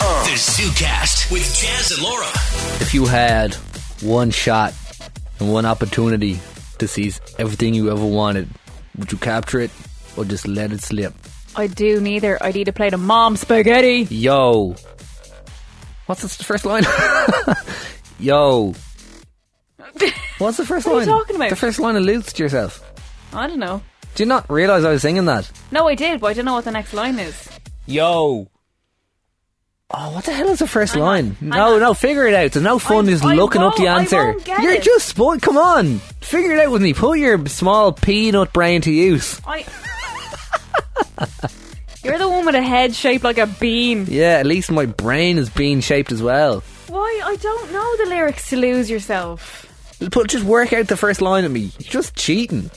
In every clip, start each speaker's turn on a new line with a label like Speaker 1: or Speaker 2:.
Speaker 1: The ZooCast with Jazz and Laura.
Speaker 2: If you had one shot and one opportunity to seize everything you ever wanted, would you capture it or just let it slip?
Speaker 3: I do neither. I'd eat a plate of mom spaghetti.
Speaker 2: Yo. What's this, the first line? Yo. What's the first
Speaker 3: What are
Speaker 2: line?
Speaker 3: you talking about?
Speaker 2: The first line alludes to yourself.
Speaker 3: I don't know.
Speaker 2: Do you not realise I was singing that?
Speaker 3: No, I did, but I don't know what the next line is.
Speaker 2: Yo. Oh, what the hell is the first
Speaker 3: Hang on,
Speaker 2: line?
Speaker 3: hang
Speaker 2: no,
Speaker 3: on.
Speaker 2: no, figure it out. There's no fun
Speaker 3: I-
Speaker 2: is
Speaker 3: I
Speaker 2: looking up the
Speaker 3: won't- I
Speaker 2: answer.
Speaker 3: won't get
Speaker 2: You're
Speaker 3: it.
Speaker 2: just spoil. Come on, figure it out with me. Put your small peanut brain to use.
Speaker 3: I. You're the one with a head shaped like a bean.
Speaker 2: Yeah, at least my brain is bean shaped as well.
Speaker 3: Why? I don't know the lyrics to lose yourself.
Speaker 2: But just work out the first line at me. You're just cheating.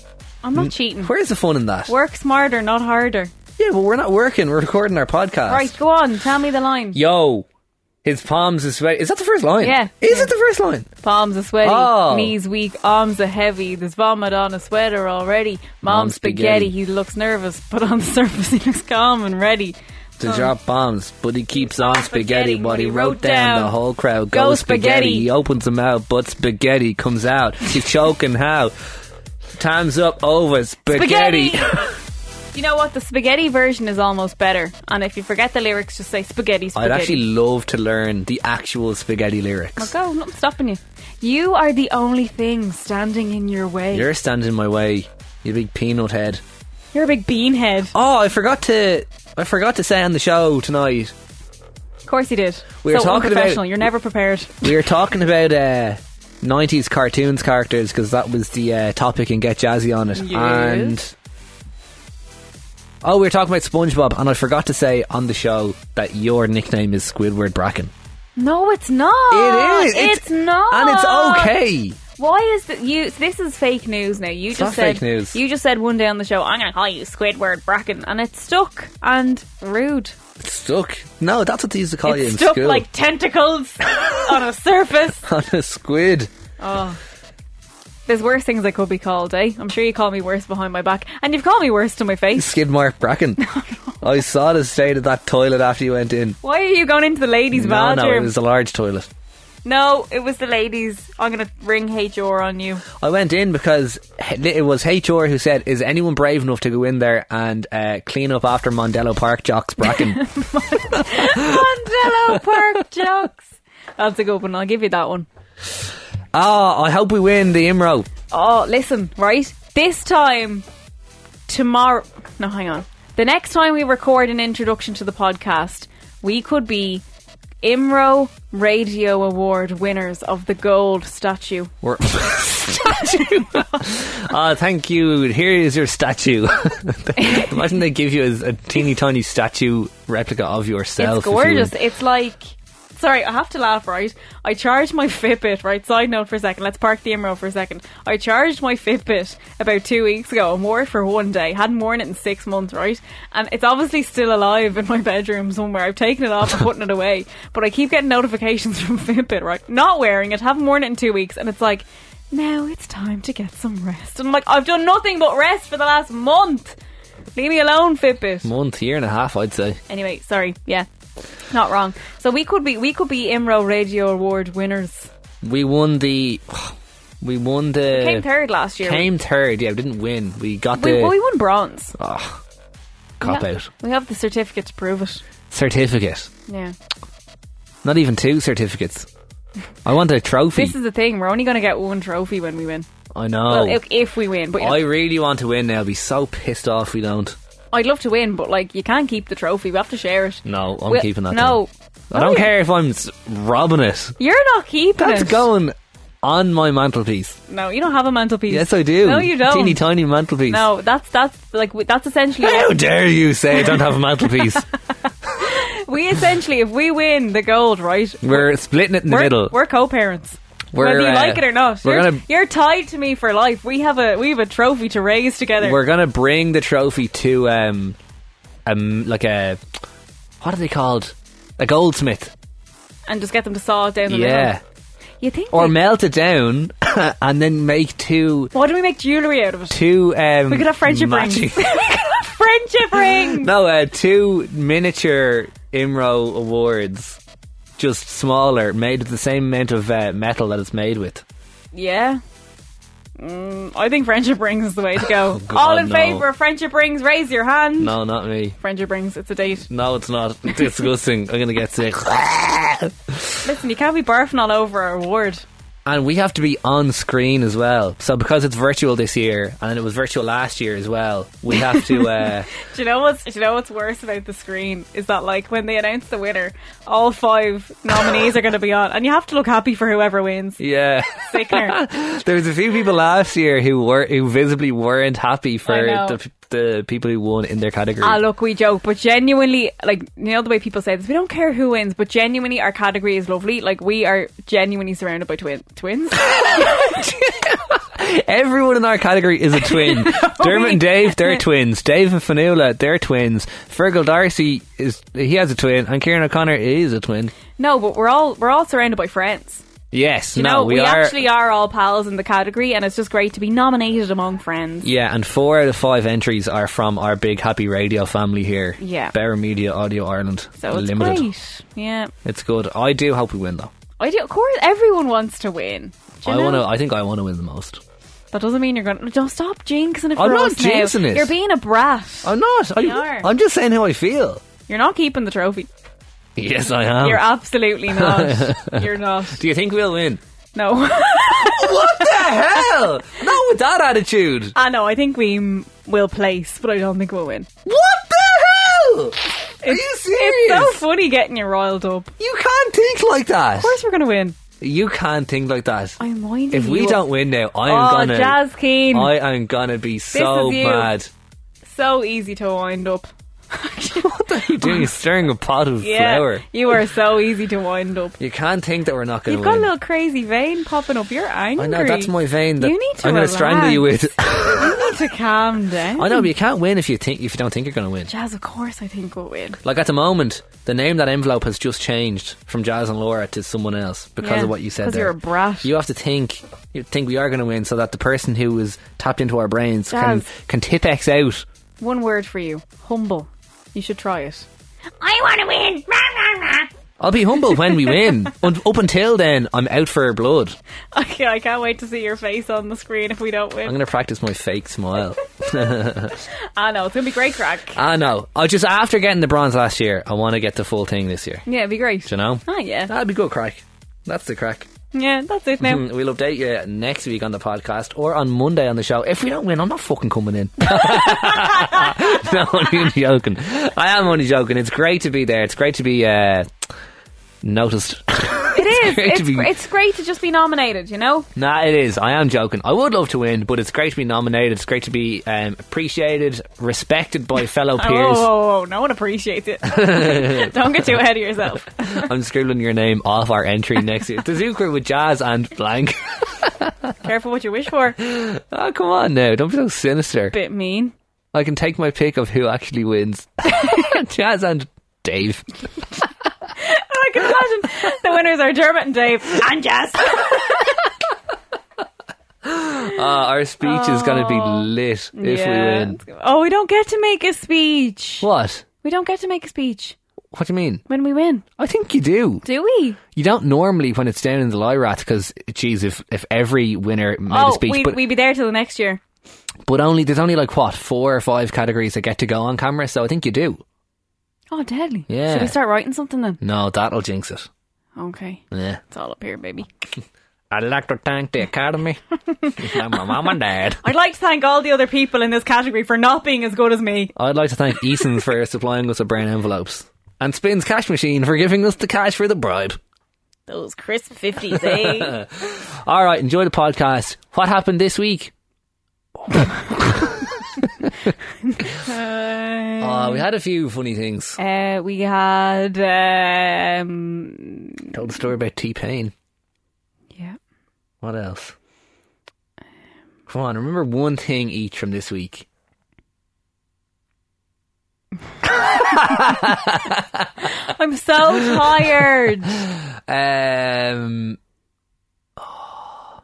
Speaker 3: I'm
Speaker 2: Mm.
Speaker 3: not cheating.
Speaker 2: Where's the fun in that?
Speaker 3: Work smarter, not harder.
Speaker 2: yeah, but we're not working. We're recording our podcast.
Speaker 3: Right, go on. Tell me the line.
Speaker 2: Yo, his palms is sweaty. Is that the first line?
Speaker 3: Yeah.
Speaker 2: Is
Speaker 3: Yeah.
Speaker 2: it the first line?
Speaker 3: Palms are sweaty,
Speaker 2: Oh.
Speaker 3: knees weak, arms are heavy. There's vomit on a sweater already. Mom,
Speaker 2: Mom spaghetti.
Speaker 3: spaghetti. He looks nervous, but on the surface he looks calm and ready.
Speaker 2: To drop bombs, but he keeps on spaghetti.
Speaker 3: spaghetti,
Speaker 2: What he wrote down, the whole crowd
Speaker 3: Go
Speaker 2: goes spaghetti.
Speaker 3: spaghetti.
Speaker 2: He opens them out, but spaghetti comes out. He's choking how. Time's up over spaghetti.
Speaker 3: you know what? The spaghetti version is almost better. And if you forget the lyrics, just say spaghetti, spaghetti.
Speaker 2: I'd actually love to learn the actual spaghetti
Speaker 3: Well,
Speaker 2: lyrics.
Speaker 3: go, nothing's stopping you. You are the only thing standing in your way.
Speaker 2: You're standing in my way, you big peanut head.
Speaker 3: You're a big bean head.
Speaker 2: Oh, I forgot to. I forgot to say on the show tonight.
Speaker 3: Of course you did.
Speaker 2: We were
Speaker 3: so
Speaker 2: talking about-
Speaker 3: unprofessional. You're never prepared.
Speaker 2: We were talking about uh, 90s cartoons characters because that was the uh, topic in Get Jazzy on it.
Speaker 3: Yes.
Speaker 2: And. Oh, we were talking about SpongeBob, and I forgot to say on the show that your nickname is Squidward Bracken.
Speaker 3: No, it's not.
Speaker 2: it is!
Speaker 3: Oh, It's, not.
Speaker 2: And it's okay!
Speaker 3: Why is that? You so this is fake news now. You
Speaker 2: not
Speaker 3: just said
Speaker 2: fake news.
Speaker 3: you just said one day on the show, I'm going to call you Squidward Bracken, and it stuck and rude.
Speaker 2: It's stuck. No, that's what they used to call
Speaker 3: It
Speaker 2: you in
Speaker 3: stuck
Speaker 2: school.
Speaker 3: like tentacles on a surface.
Speaker 2: on a squid.
Speaker 3: Oh. There's worse things I could be called, eh? I'm sure you call me worse behind my back, and you've called me worse to my face.
Speaker 2: Skidmark Bracken. I saw the state of that toilet after you went in.
Speaker 3: Why are you going into the ladies'
Speaker 2: no, no,
Speaker 3: bathroom?
Speaker 2: it was a large toilet.
Speaker 3: No, it was the ladies. I'm gonna ring HR on you.
Speaker 2: I went in because it was HR who said, "Is anyone brave enough to go in there and uh, clean up after Mondello Park jocks Bracken?"
Speaker 3: Mondello Park jokes. That's a good one. I'll give you that one.
Speaker 2: Ah, I hope we win the Imro.
Speaker 3: Oh, listen, right? This time, tomorrow. No, hang on. The next time we record an introduction to the podcast, we could be Imro Radio Award winners of the gold statue.
Speaker 2: We're statue. Ah, thank you. Here is your statue. Imagine they give you a, a teeny tiny statue replica of yourself.
Speaker 3: It's
Speaker 2: if you win.
Speaker 3: gorgeous. It's like. Sorry, I have to laugh, right? I charged my Fitbit, right? Side note for a second. Let's park the Imro for a second. I charged my Fitbit about two weeks ago and wore it for one day. Hadn't worn it in six months, right? And it's obviously still alive in my bedroom somewhere. I've taken it off and putting it away. But I keep getting notifications from Fitbit, right? Not wearing it, haven't worn it in two weeks. And it's like, now it's time to get some rest. And I'm like, I've done nothing but rest for the last month. Leave me alone, Fitbit.
Speaker 2: Month, year and a half, I'd say.
Speaker 3: Anyway, sorry. Yeah. Not wrong. So we could be we could be Imro Radio Award winners.
Speaker 2: We won the. We won the.
Speaker 3: Came third last year.
Speaker 2: Uh, Came third. Yeah, we didn't win. We got
Speaker 3: we,
Speaker 2: the ah,
Speaker 3: well, we won bronze.
Speaker 2: cop
Speaker 3: Yeah.
Speaker 2: out
Speaker 3: We have the certificate to prove it.
Speaker 2: certificate.
Speaker 3: Yeah.
Speaker 2: Not even two certificates. I want a trophy.
Speaker 3: This is the thing. We're only going to get one trophy when we win.
Speaker 2: I know.
Speaker 3: Well, if, if we win, but
Speaker 2: Oh. I really want to win now. I'll be so pissed off we don't.
Speaker 3: I'd love to win, but like you can't keep the trophy. We have to share it.
Speaker 2: No, I'm
Speaker 3: We-
Speaker 2: keeping that.
Speaker 3: No, Oh,
Speaker 2: down. I don't
Speaker 3: No,
Speaker 2: care if I'm s- robbing it.
Speaker 3: You're not keeping
Speaker 2: That's
Speaker 3: it.
Speaker 2: going on my mantelpiece.
Speaker 3: No, you don't have a mantelpiece.
Speaker 2: Yes, I do.
Speaker 3: No, you don't.
Speaker 2: Teeny tiny mantelpiece.
Speaker 3: no, that's that's like we- that's essentially.
Speaker 2: How dare you say I don't have a mantelpiece?
Speaker 3: we essentially, if we win the gold, right?
Speaker 2: we're splitting it in the
Speaker 3: we're,
Speaker 2: middle.
Speaker 3: We're co-parents.
Speaker 2: We're,
Speaker 3: Whether you
Speaker 2: uh,
Speaker 3: like it or not,
Speaker 2: we're
Speaker 3: you're,
Speaker 2: gonna-
Speaker 3: you're tied to me for life. We have a we have a trophy to raise together.
Speaker 2: We're gonna bring the trophy to um, um, like a what are they called? A goldsmith.
Speaker 3: and just get them to saw it down the
Speaker 2: Yeah.
Speaker 3: middle. You think?
Speaker 2: Or
Speaker 3: we-
Speaker 2: melt it down and then make two
Speaker 3: why do we make jewelry out of it?
Speaker 2: two um
Speaker 3: We could have friendship
Speaker 2: matching-
Speaker 3: rings. Friendship ring.
Speaker 2: no, uh, two miniature Imro awards just smaller, made with the same amount of uh, metal that it's made with.
Speaker 3: Yeah. Mm, I think friendship rings is the way to go.
Speaker 2: Oh, God,
Speaker 3: All in
Speaker 2: no.
Speaker 3: favour of friendship rings, raise your hand.
Speaker 2: No, not me.
Speaker 3: Friendship rings, it's a date.
Speaker 2: No, it's not. It's disgusting. I'm gonna get sick.
Speaker 3: Listen, you can't be barfing all over our award.
Speaker 2: And we have to be on screen as well. So because it's virtual this year, and it was virtual last year as well, we have to. Uh,
Speaker 3: Do you know what's do you know what's worse about the screen is that like when they announce the winner, all five nominees are going to be on, and you have to look happy for whoever wins.
Speaker 2: yeah,
Speaker 3: Sickener.
Speaker 2: there was a few people last year who were who visibly weren't happy for
Speaker 3: I know.
Speaker 2: the, the people who won in their category.
Speaker 3: Ah, look, we joke, but genuinely, like you know the way people say this, we don't care who wins, but genuinely, our category is lovely. Like we are genuinely surrounded by twin twins.
Speaker 2: Everyone in our category is a twin. Dermot and Dave, they're twins. Dave and Fanula, they're twins. Fergal Darcy is he has a twin, and Kieran O'Connor is a twin.
Speaker 3: no, but we're all we're all surrounded by friends.
Speaker 2: Yes,
Speaker 3: You
Speaker 2: no,
Speaker 3: know,
Speaker 2: we,
Speaker 3: we,
Speaker 2: are.
Speaker 3: actually are all pals in the category, and it's just great to be nominated among friends.
Speaker 2: yeah, and four out of five entries are from our big happy radio family here.
Speaker 3: Yeah.
Speaker 2: Better Media Audio Ireland.
Speaker 3: So it's
Speaker 2: Limited.
Speaker 3: great. Yeah,
Speaker 2: It's good. I do hope we win though.
Speaker 3: I do. Of course, everyone wants to win. Do you
Speaker 2: I
Speaker 3: know?
Speaker 2: want to. I think I want to win the most.
Speaker 3: That doesn't mean you're going to. Don't stop jinxing it for
Speaker 2: I'm not
Speaker 3: us now.
Speaker 2: jinxing it.
Speaker 3: You're being a brat.
Speaker 2: I'm not.
Speaker 3: You are.
Speaker 2: I, I'm just saying how I feel.
Speaker 3: You're not keeping the trophy.
Speaker 2: Yes, I am.
Speaker 3: You're absolutely not. you're not.
Speaker 2: do you think we'll win?
Speaker 3: No.
Speaker 2: What the hell? Not with that attitude.
Speaker 3: I know. I think we m- will place, but I don't think we'll win.
Speaker 2: What the hell? Are you serious?
Speaker 3: It's so funny getting you riled up. Of
Speaker 2: You can't think like that.
Speaker 3: course we're going to win.
Speaker 2: You can't think like that.
Speaker 3: I'm minding
Speaker 2: If we
Speaker 3: you
Speaker 2: don't win now, I am
Speaker 3: Oh,
Speaker 2: gonna.
Speaker 3: Jazz Keen.
Speaker 2: I am gonna be so
Speaker 3: is you.
Speaker 2: mad.
Speaker 3: so easy to wind up.
Speaker 2: You're doing you're stirring a pot of
Speaker 3: Yeah,
Speaker 2: flour.
Speaker 3: you are so easy to wind up.
Speaker 2: You can't think that we're not gonna
Speaker 3: You've got a
Speaker 2: win.
Speaker 3: little crazy vein popping up. You're angry.
Speaker 2: I know that's my vein. That
Speaker 3: You need to
Speaker 2: I'm gonna strangle you
Speaker 3: relax.
Speaker 2: with.
Speaker 3: You need to calm down.
Speaker 2: I know, but you can't win if you think if you don't think you're gonna win.
Speaker 3: Jazz, of course, I think we'll win.
Speaker 2: Like at the moment, the name of that envelope has just changed from Jazz and Laura to someone else because
Speaker 3: Yeah,
Speaker 2: of what you said
Speaker 3: 'cause
Speaker 2: there.
Speaker 3: you're a brat.
Speaker 2: You have to think. You think we are going to win, so that the person who is tapped into our brains
Speaker 3: Jazz.
Speaker 2: can can tip X out.
Speaker 3: One word for you: humble. You should try it.
Speaker 4: I want to win. Rah, rah, rah.
Speaker 2: I'll be humble when we win. Un- up until then, I'm out for blood.
Speaker 3: Okay, I can't wait to see your face on the screen if we don't win.
Speaker 2: I'm going to practice my fake smile.
Speaker 3: I know it's gonna be great crack.
Speaker 2: I know. I just after getting the bronze last year, I want to get the full thing this year.
Speaker 3: Yeah, it'd be great.
Speaker 2: Do you know?
Speaker 3: Ah, yeah,
Speaker 2: That'd be good crack. That's the crack.
Speaker 3: yeah. That's it now.
Speaker 2: Mm, We'll update you next week on the podcast or on Monday on the show. If we don't win, I'm not fucking coming in. no, I'm only joking. I am only joking. It's great to be there. It's great to be uh, noticed.
Speaker 3: It is.
Speaker 2: great to
Speaker 3: It's,
Speaker 2: be-
Speaker 3: gr- it's great to just be nominated. You know.
Speaker 2: nah, it is. I am joking. I would love to win, but it's great to be nominated. It's great to be um, appreciated, respected by fellow
Speaker 3: Oh, whoa,
Speaker 2: peers.
Speaker 3: whoa, whoa, no one appreciates it. don't get too ahead of yourself.
Speaker 2: I'm scribbling your name off our entry next year. The Zucker with Jazz and Blank.
Speaker 3: Careful what you wish for.
Speaker 2: oh, come on now. Don't be so sinister.
Speaker 3: Bit mean.
Speaker 2: I can take my pick of who actually wins. Jazz and Dave.
Speaker 3: I can imagine the winners are Dermot and Dave and Jazz.
Speaker 2: Uh, our speech is going to be lit if
Speaker 3: Yeah.
Speaker 2: we win.
Speaker 3: Oh, we don't get to make a speech.
Speaker 2: What?
Speaker 3: We don't get to make a speech
Speaker 2: What do you mean?
Speaker 3: when we win,
Speaker 2: I think you do.
Speaker 3: do we?
Speaker 2: You don't normally when it's down in the Lyrath because, geez, if, if every winner made a
Speaker 3: oh,
Speaker 2: speech,
Speaker 3: we'd,
Speaker 2: but,
Speaker 3: we'd be there till the next year.
Speaker 2: but only there's only like what four or five categories that get to go on camera, so I think you do.
Speaker 3: Oh, deadly.
Speaker 2: Yeah.
Speaker 3: Should we start writing something then?
Speaker 2: No, that'll jinx it.
Speaker 3: Okay.
Speaker 2: Yeah.
Speaker 3: It's all up here, baby.
Speaker 2: I'd like to thank the Academy, and my mum and dad.
Speaker 3: I'd like to thank all the other people in this category for not being as good as me.
Speaker 2: I'd like to thank Eason for supplying us with brown envelopes and Spin's Cash Machine for giving us the cash for the bribe.
Speaker 3: Those crisp 50s, eh?
Speaker 2: All right, enjoy the podcast. What happened this week? Uh, we had a few funny things.
Speaker 3: Uh, we had, um,
Speaker 2: Told the story about T Pain.
Speaker 3: yeah.
Speaker 2: What else? Come on, remember one thing each from this week.
Speaker 3: I'm so tired.
Speaker 2: Um, oh,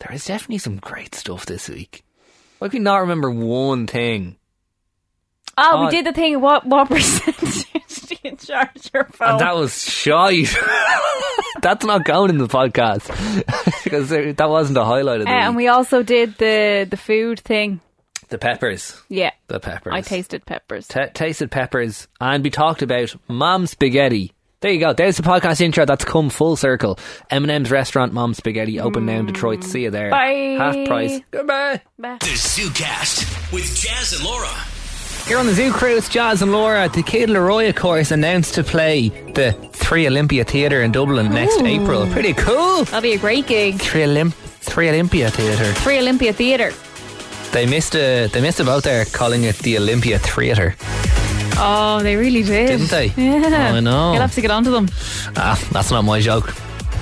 Speaker 2: there is definitely some great stuff this week. Why can we not remember one thing?
Speaker 3: Oh,
Speaker 2: Oh.
Speaker 3: Ah, we did the thing. What what percentage? did charge your phone.
Speaker 2: And that was shite. That's not going in the podcast because there- that wasn't the highlight of
Speaker 3: Uh,
Speaker 2: the
Speaker 3: and
Speaker 2: week.
Speaker 3: we also did the the food thing.
Speaker 2: the peppers.
Speaker 3: Yeah,
Speaker 2: The peppers.
Speaker 3: I tasted peppers.
Speaker 2: T- tasted peppers, and we talked about mom spaghetti. There you go. There's the podcast intro that's come full circle. Eminem's restaurant, Mom Spaghetti, open now in Detroit. See you there.
Speaker 3: Bye.
Speaker 2: Half price. Goodbye.
Speaker 3: Bah.
Speaker 1: The ZooCast with Jazz and Laura.
Speaker 2: Here on the Zoo Crew, it's Jazz and Laura. The Kid Leroy, of course, announced to play the Three Olympia Theatre in Dublin next April. Pretty cool.
Speaker 3: That'll be a great gig.
Speaker 2: Three Olymp, Three Olympia Theatre.
Speaker 3: Free Olympia Theatre.
Speaker 2: They missed a they missed a boat there, calling it the Olympia Theatre,
Speaker 3: Oh, they really did,
Speaker 2: didn't they? Oh,
Speaker 3: Yeah,
Speaker 2: I know.
Speaker 3: You'll have to get onto them,
Speaker 2: Ah, that's not my joke.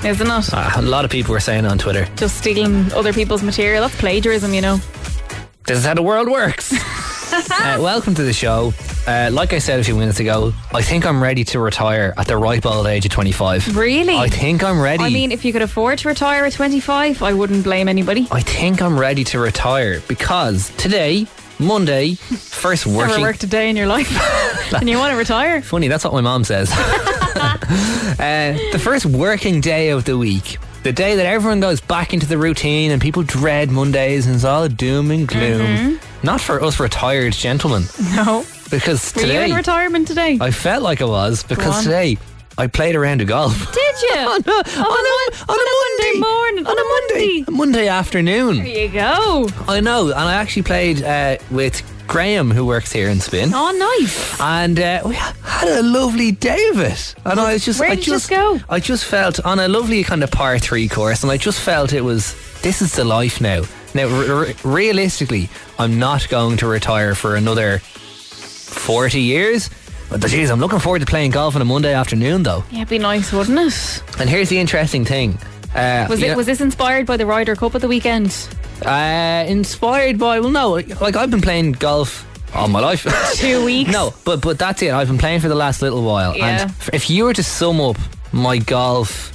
Speaker 3: isn't it?
Speaker 2: Ah, a lot of people were saying on Twitter,
Speaker 3: Just stealing other people's material. That's plagiarism, you know.
Speaker 2: "This is how the world works." Uh, welcome to the show. Uh, like I said a few minutes ago, I think I'm ready to retire at the ripe old age of 25.
Speaker 3: Really?
Speaker 2: I think I'm ready.
Speaker 3: I mean, if you could afford to retire at 25, I wouldn't blame anybody.
Speaker 2: I think I'm ready to retire because today, Monday, first
Speaker 3: Never
Speaker 2: working.
Speaker 3: worked a day in your life, and you want to retire?
Speaker 2: Funny, that's what my mom says. uh, the first working day of the week, the day that everyone goes back into the routine and people dread Mondays and it's all doom and gloom. Not for us retired gentlemen,
Speaker 3: No.
Speaker 2: because
Speaker 3: Were
Speaker 2: today
Speaker 3: you in retirement today?
Speaker 2: I felt like I was because
Speaker 3: on.
Speaker 2: today I played a round of golf.
Speaker 3: Did you?
Speaker 2: on a, on a, on a Monday
Speaker 3: morning,
Speaker 2: on a Monday, a Monday afternoon.
Speaker 3: There you go.
Speaker 2: I know, and I actually played uh, with Graham, who works here in Spin.
Speaker 3: Oh, nice.
Speaker 2: and uh, we had a lovely day of it. And I was just,
Speaker 3: Where
Speaker 2: I
Speaker 3: did you go?
Speaker 2: I just felt on a lovely kind of par three course, and I just felt it was this is the life now. Now, r- r- realistically, I'm not going to retire for another forty years. But geez, I'm looking forward to playing golf on a Monday afternoon, though.
Speaker 3: Yeah, it'd be nice, wouldn't it?
Speaker 2: And here's the interesting thing. Uh,
Speaker 3: Was
Speaker 2: you
Speaker 3: it?
Speaker 2: know-
Speaker 3: Was this inspired by the Ryder Cup at the weekend?
Speaker 2: uh, inspired by? Well, no. Like I've been playing golf all my life.
Speaker 3: Two weeks.
Speaker 2: No, but but that's it. I've been playing for the last little while,
Speaker 3: Yeah.
Speaker 2: and f- if you were to sum up my golf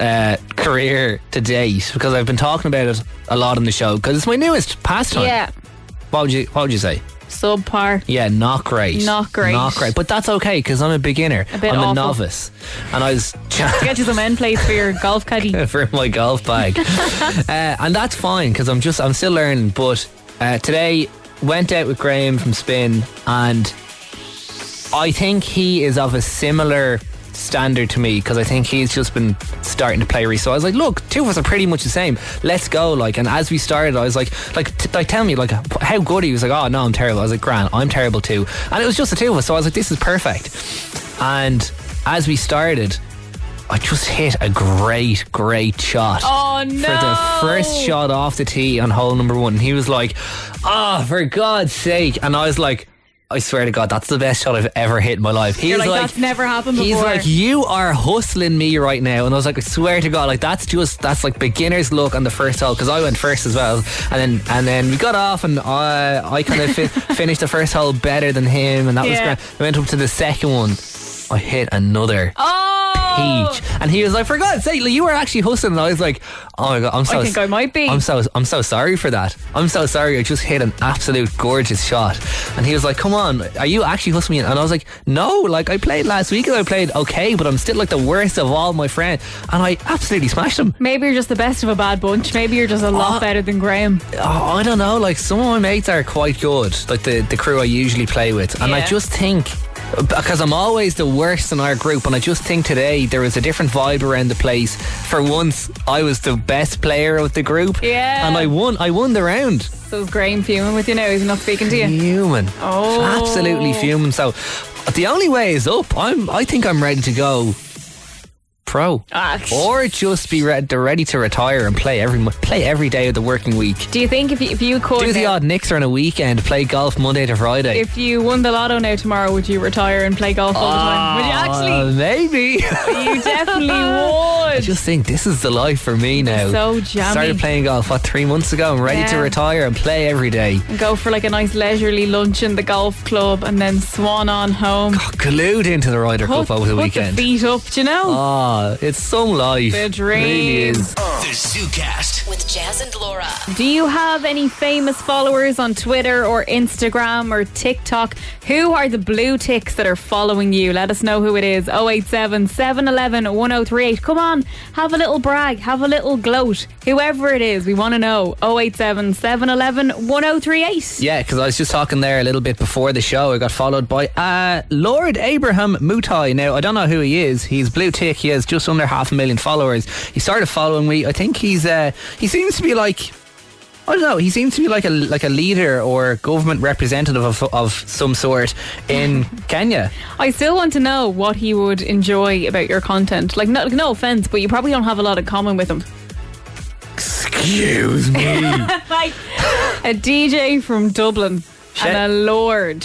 Speaker 2: uh, career to date, because I've been talking about it a lot on the show, because it's my newest pastime.
Speaker 3: Yeah.
Speaker 2: What would you What would you say?
Speaker 3: Subpar.
Speaker 2: Yeah, not great.
Speaker 3: Not great.
Speaker 2: Not great. But that's okay because I'm a beginner.
Speaker 3: A bit
Speaker 2: I'm
Speaker 3: awful.
Speaker 2: a novice, and I was.
Speaker 3: Get you some end plates for your golf caddy.
Speaker 2: for my golf bag, uh, and that's fine because I'm just I'm still learning. But uh, today went out with Graham from Spin, and I think he is of a similar standard to me because I think he's just been starting to play recently. So I was like, look, two of us are pretty much the same. Let's go, like. And as we started, I was like, like, t- like, tell me, like, how good he was. Like, oh no, I'm terrible. I was like, Grant, I'm terrible too. And it was just the two of us, so I was like, this is perfect. And as we started. I just hit a great, great shot
Speaker 3: Oh,
Speaker 2: for the
Speaker 3: no.
Speaker 2: first shot off the tee on hole number one. And he was like, "Ah, for God's sake!" And I was like, "I swear to God, that's the best shot I've ever hit in my life." He's
Speaker 3: You're like, "That's never happened
Speaker 2: He's
Speaker 3: before."
Speaker 2: like, "You are hustling me right now," and I was like, "I swear to God, like that's just that's like beginner's luck on the first hole because I went first as well." And then and then we got off, and I I kind of fi- finished the first hole better than him, and that was
Speaker 3: Yeah.
Speaker 2: grand. I went up to the second one. I hit another
Speaker 3: Oh.
Speaker 2: peach. And he was like, "For God's sake, like, you were actually hustling." And I was like, "Oh my god, I'm so
Speaker 3: I think I might be.
Speaker 2: I'm so I'm so sorry for that. I'm so sorry. I just hit an absolute gorgeous shot." And he was like, "Come on, are you actually hustling?" And I was like, "No, like I played last week and I played okay, but I'm still like the worst of all my friends." And I absolutely smashed him.
Speaker 3: Maybe you're just the best of a bad bunch. Maybe you're just a lot
Speaker 2: Uh,
Speaker 3: better than Graham.
Speaker 2: Oh, I don't know. Like some of my mates are quite good, like the the crew I usually play with, and I
Speaker 3: Yeah.
Speaker 2: just think because I'm always the worst in our group, and I just think today there was a different vibe around the place. For once, I was the best player of the group,
Speaker 3: Yeah.
Speaker 2: and I won. I won the round.
Speaker 3: So is Graham fuming with you now? He's not speaking to you.
Speaker 2: Human,
Speaker 3: Oh.
Speaker 2: absolutely human. So the only way is up. I'm. I think I'm ready to go. Pro,
Speaker 3: Ah,
Speaker 2: or just be re- ready to retire and play every mo- play every day of the working week.
Speaker 3: Do you think if you, if you could
Speaker 2: Do the
Speaker 3: now-
Speaker 2: odd Nixer on a weekend, play golf Monday to Friday.
Speaker 3: if you won the lotto now tomorrow, would you retire and play golf all the time? Would you
Speaker 2: Uh,
Speaker 3: actually?
Speaker 2: maybe. I
Speaker 3: You definitely would.
Speaker 2: just think this is the life for me now.
Speaker 3: so jammy.
Speaker 2: Started playing golf what three months ago. I'm ready to
Speaker 3: Yeah.
Speaker 2: retire and play every day.
Speaker 3: Go for like a nice leisurely lunch in the golf club and then swan on home.
Speaker 2: Glued into the Ryder
Speaker 3: Put,
Speaker 2: Cup over the
Speaker 3: put the Ah,
Speaker 2: weekend.
Speaker 3: feet up, do you know?
Speaker 2: Oh, Oh, it's some life.
Speaker 3: The
Speaker 2: It really
Speaker 3: dream.
Speaker 2: is.
Speaker 1: The ZooCast.
Speaker 5: With Jazz and Laura.
Speaker 3: Do you have any famous followers on Twitter or Instagram or TikTok? Who are the blue ticks that are following you? Let us know who it is. 087 711 1038. Come on, have a little brag, have a little gloat. Whoever it is, we want to know. 087 711 1038.
Speaker 2: Yeah, because I was just talking there a little bit before the show. I got followed by uh, Lord Abraham Mutai. Now, I don't know who he is. He's blue tick. He has just under half a million followers. He started following me. I think he's uh, he seems to be like I don't know. He seems to be like a like a leader or government representative of, of some sort in Kenya.
Speaker 3: I still want to know what he would enjoy about your content. Like, no, no offense, but you probably don't have a lot in common with him.
Speaker 2: Excuse me.
Speaker 3: Like, a DJ from Dublin and a lord.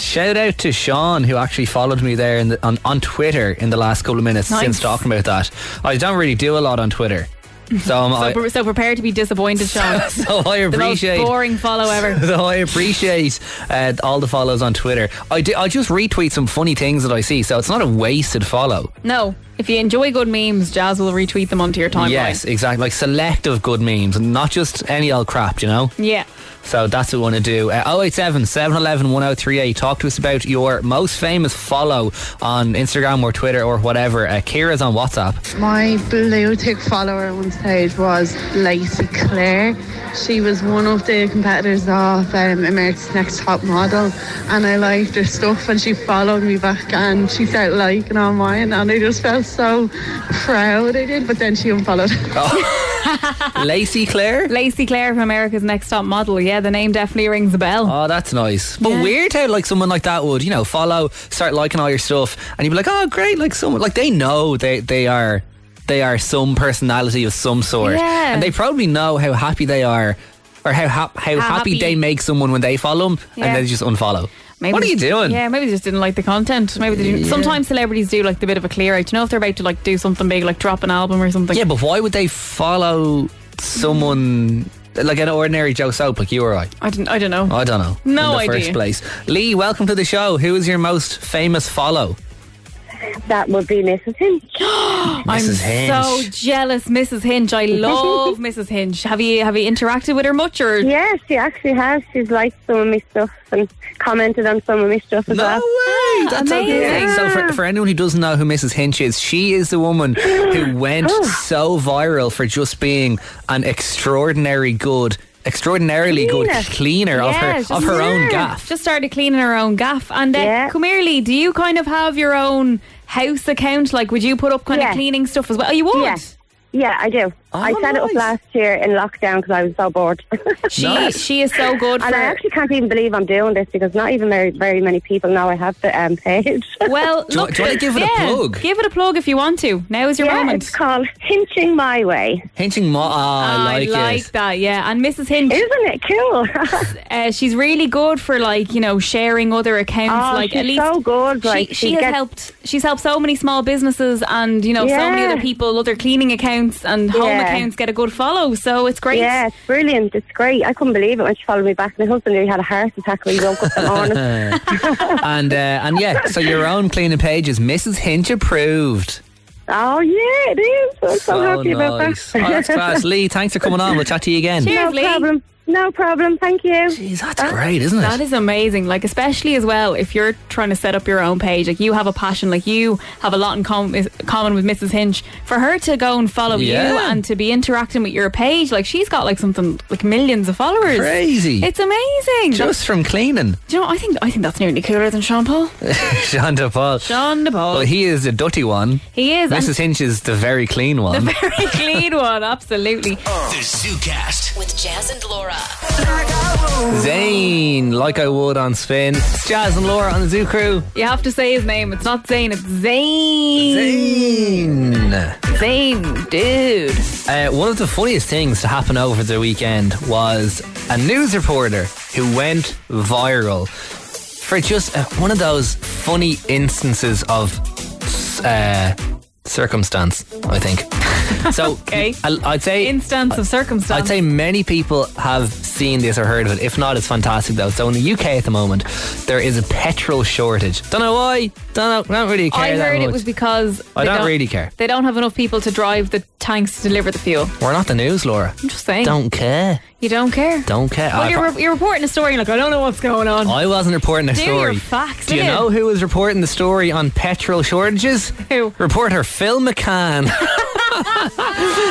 Speaker 2: Shout out to Sean who actually followed me there in the, on, on Twitter in the last couple of minutes
Speaker 3: Nice.
Speaker 2: since talking about that. I don't really do a lot on Twitter, so, I'm, I,
Speaker 3: So, so prepare to be disappointed, Sean.
Speaker 2: so I
Speaker 3: the most
Speaker 2: appreciate
Speaker 3: boring follow ever.
Speaker 2: So I appreciate uh, all the follows on Twitter. I do, I just retweet some funny things that I see, so it's not a wasted follow.
Speaker 3: No, if you enjoy good memes, Jazz will retweet them onto your timeline.
Speaker 2: yes, exactly. Like selective good memes, and not just any old crap, you know.
Speaker 3: Yeah.
Speaker 2: So that's what we want to do. Uh, 087 711 1038. Talk to us about your most famous follow on Instagram or Twitter or whatever. Uh, Kira's on WhatsApp.
Speaker 6: My blue tick follower at one stage was Lacey Clare. She was one of the competitors of um, America's Next Top Model, and I liked her stuff. And she followed me back, and she started liking all mine, and I just felt so proud. I did, but then she unfollowed.
Speaker 2: Lacey Clare?
Speaker 3: Lacey Clare from America's Next Top Model. Yeah, the name definitely rings a bell.
Speaker 2: Oh, that's nice. But
Speaker 3: Yeah.
Speaker 2: weird how like someone like that would, you know, follow, start liking all your stuff, and you'd be like, oh, great, like someone like they know they they are they are some personality of some sort,
Speaker 3: Yeah.
Speaker 2: and they probably know how happy they are. Or how hap- how, happy,
Speaker 3: happy-
Speaker 2: they make someone when they follow them,
Speaker 3: Yeah.
Speaker 2: and they just unfollow. what are you doing?
Speaker 3: Yeah, maybe they just didn't like the content. Maybe they didn't. Sometimes celebrities do like the bit of a clear out. You know, if they're about to like do something big, like drop an album or something.
Speaker 2: Yeah, but why would they follow someone like an ordinary Joe Soap like you or I?
Speaker 3: I don't. I don't know.
Speaker 2: I don't know.
Speaker 3: No
Speaker 2: in the
Speaker 3: idea.
Speaker 2: First place, Lee. Welcome to the show. Who is your most famous follow?
Speaker 7: That would be Mrs. Hinch.
Speaker 3: I'm
Speaker 2: Mrs. Hinch.
Speaker 3: so jealous, Mrs. Hinch. I love Mrs. Hinch. Have you have you interacted with her much or?
Speaker 7: Yeah, she actually has. She's liked some of my stuff and commented on some of my stuff as
Speaker 2: No
Speaker 7: well.
Speaker 2: way! That's
Speaker 3: amazing.
Speaker 2: amazing. So, for, for anyone who doesn't know who Mrs. Hinch is, she is the woman who went so viral for just being an extraordinary good, extraordinarily good cleaner of
Speaker 3: Yeah, just-
Speaker 2: her of her own
Speaker 3: yeah.
Speaker 2: gaff.
Speaker 3: Just started cleaning her own gaff. And uh,
Speaker 7: Yeah.
Speaker 3: come here, Lee, do you kind of have your own house account? Like, would you put up kind of
Speaker 7: Yeah.
Speaker 3: cleaning stuff as well? Oh, you would?
Speaker 7: Yeah. Yeah, I do. I
Speaker 3: Oh,
Speaker 7: set it up
Speaker 2: nice.
Speaker 7: last year in lockdown because I was so bored. and
Speaker 3: She,
Speaker 2: Nice.
Speaker 3: she is so good
Speaker 7: I
Speaker 3: for.
Speaker 7: actually can't even believe I'm doing this because not even very, very many people know I have the um, page.
Speaker 3: Well,
Speaker 2: you-
Speaker 3: look,
Speaker 2: do you wanna give it a
Speaker 3: yeah,
Speaker 2: plug?
Speaker 3: Give it a plug if you want to. Now is your
Speaker 7: yeah,
Speaker 3: moment.
Speaker 7: it's called Hinching My Way.
Speaker 2: Hinching, ma- ah, I like, it.
Speaker 3: that, yeah. And Mrs. Hinch,
Speaker 7: Isn't it cool?
Speaker 3: uh, she's really good for like you know sharing other accounts.
Speaker 7: Oh,
Speaker 3: like
Speaker 7: she's
Speaker 3: at least
Speaker 7: so good, like,
Speaker 3: she,
Speaker 7: she
Speaker 3: she has
Speaker 7: gets-
Speaker 3: helped. She's helped so many small businesses and you know so many
Speaker 7: Yeah.
Speaker 3: other people, other cleaning accounts and home
Speaker 7: Yeah.
Speaker 3: accounts get a good follow. So it's great.
Speaker 7: Yeah, it's brilliant. It's great. I couldn't believe it when she followed me back. My husband nearly had a heart attack when he woke up in the morning.
Speaker 2: And uh, and yeah, so your own cleaning page is Mrs. Hinch approved.
Speaker 7: oh, yeah, it is. I'm so, happy about
Speaker 2: nice.
Speaker 7: that.
Speaker 2: Oh, that's class. Lee, thanks for coming on. We'll chat to you again.
Speaker 3: Cheers.
Speaker 7: No
Speaker 3: Lovely.
Speaker 7: problem. No problem. Thank you.
Speaker 2: Jeez, that's great, isn't it?
Speaker 3: That is amazing. Like especially as well if you're trying to set up your own page, like you have a passion, like you have a lot in com- is- common with Mrs. Hinch. For her to go and follow you
Speaker 2: Yeah.
Speaker 3: and to be interacting with your page, like she's got like something like millions of followers.
Speaker 2: Crazy.
Speaker 3: It's amazing.
Speaker 2: just from cleaning.
Speaker 3: Do you know? I think I think that's nearly cooler than Sean Paul.
Speaker 2: Jean de Paul.
Speaker 3: Sean de Paul.
Speaker 2: Well, he is the dirty one.
Speaker 3: he is
Speaker 2: Mrs. Hinch is the very clean one.
Speaker 3: and very clean one. Absolutely.
Speaker 1: The ZooCast.
Speaker 5: With Jazz and Laura.
Speaker 2: Zane, like I would on spin. It's Jazz and Laura on the Zoo Crew.
Speaker 3: You have to say his name. It's not Zane. It's Zane.
Speaker 2: Zane.
Speaker 3: Zane, dude.
Speaker 2: Uh, one of the funniest things to happen over the weekend was a news reporter who went viral for just uh, one of those funny instances of uh, circumstance, I think. So
Speaker 3: Okay.
Speaker 2: I, I'd say
Speaker 3: Instance of circumstance.
Speaker 2: I'd say many people have seen this or heard of it. If not, it's fantastic though. So in the UK at the moment, there is a petrol shortage. Don't know why. Don't know. Don't really care.
Speaker 3: I
Speaker 2: that
Speaker 3: heard it
Speaker 2: much.
Speaker 3: was because
Speaker 2: I
Speaker 3: they
Speaker 2: don't really care.
Speaker 3: They don't have enough people to drive the tanks to deliver the fuel.
Speaker 2: We're not the news, Laura.
Speaker 3: I'm just saying.
Speaker 2: Don't care.
Speaker 3: You don't care.
Speaker 2: Don't care.
Speaker 3: Well,
Speaker 2: I,
Speaker 3: you're, re- you're reporting a story. You're like, I don't know what's going on.
Speaker 2: I wasn't reporting a
Speaker 3: Do your
Speaker 2: story.
Speaker 3: facts, eh?
Speaker 2: Do you
Speaker 3: do you?
Speaker 2: know who was reporting the story on petrol shortages?
Speaker 3: Who?
Speaker 2: Reporter Phil McCann.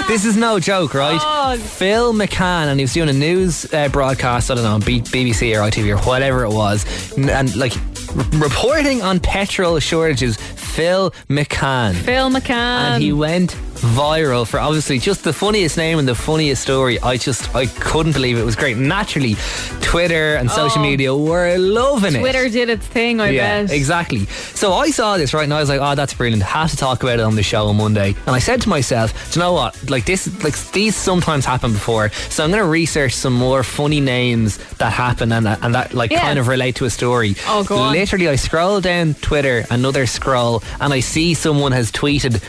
Speaker 2: this is no joke, right?
Speaker 3: Oh.
Speaker 2: Phil McCann, and he was doing a news uh, broadcast, I don't know, on B- BBC or ITV or whatever it was, and, and like r- reporting on petrol shortages, Phil McCann.
Speaker 3: Phil McCann.
Speaker 2: and he went viral for obviously just the funniest name and the funniest story. I just I couldn't believe it, It was great. Naturally, Twitter and social
Speaker 3: Oh.
Speaker 2: media were loving it.
Speaker 3: Twitter did its thing, I
Speaker 2: Yeah,
Speaker 3: bet.
Speaker 2: exactly. So I saw this right, and I was like, "Oh, that's brilliant! Have to talk about it on the show on Monday." And I said to myself, "Do you know what? Like this, like these sometimes happen before. So I'm going to research some more funny names that happen and and that like
Speaker 3: Yeah.
Speaker 2: kind of relate to a story."
Speaker 3: Oh, go on.
Speaker 2: Literally, I scroll down Twitter, another scroll, and I see someone has tweeted.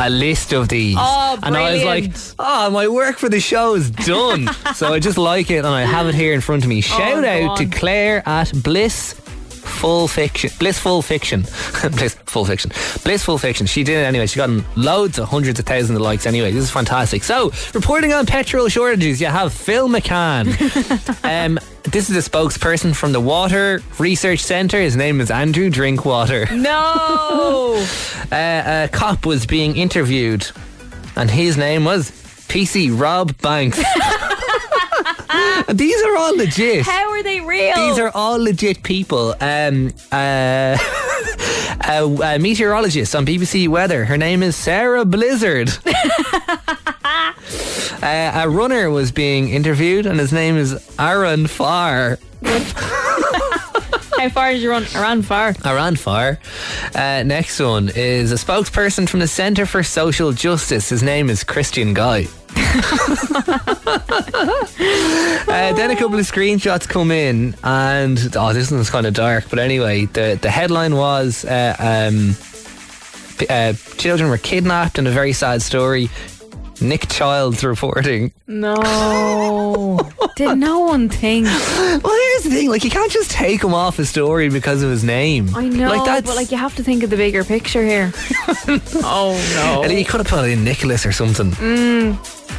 Speaker 2: A list of these,
Speaker 3: Oh,
Speaker 2: and I was like,
Speaker 3: brilliant.
Speaker 2: "Ah, my work for the show is done." so I just like it, and I have it here in front of me. Shout
Speaker 3: Oh, go
Speaker 2: out to
Speaker 3: on.
Speaker 2: Claire at Bliss Full Fiction, Blissful Fiction, Blissful Fiction, Blissful Fiction. She did it anyway. She got loads of hundreds of thousands of likes anyway. This is fantastic. So, reporting on petrol shortages, you have Phil McCann. um, this is a spokesperson from the Water Research Centre. His name is Andrew Drinkwater.
Speaker 3: No.
Speaker 2: Uh, a cop was being interviewed, and his name was PC Rob Banks. These are all legit.
Speaker 3: How are they real?
Speaker 2: These are all legit people. Um, uh, a, a meteorologist on BBC Weather. Her name is Sarah Blizzard. uh, a runner was being interviewed, and his name is Aaron Farr.
Speaker 3: How far did you run? I ran far.
Speaker 2: Aaron Farr. Uh, next one is a spokesperson from the Centre for Social Justice. His name is Christian Guy. Uh, then a couple of screenshots come in, and oh, this one's kind of dark. But anyway, the the headline was uh, um, p- uh, children were kidnapped, and a very sad story. Nick Childs reporting.
Speaker 3: No. did no one think?
Speaker 2: Well, here's the thing: like, you can't just take him off a story because of his name.
Speaker 3: I know,
Speaker 2: like that's
Speaker 3: but like you have to think of the bigger picture here. oh Mm. no.
Speaker 2: And he could have put in Nicholas or something.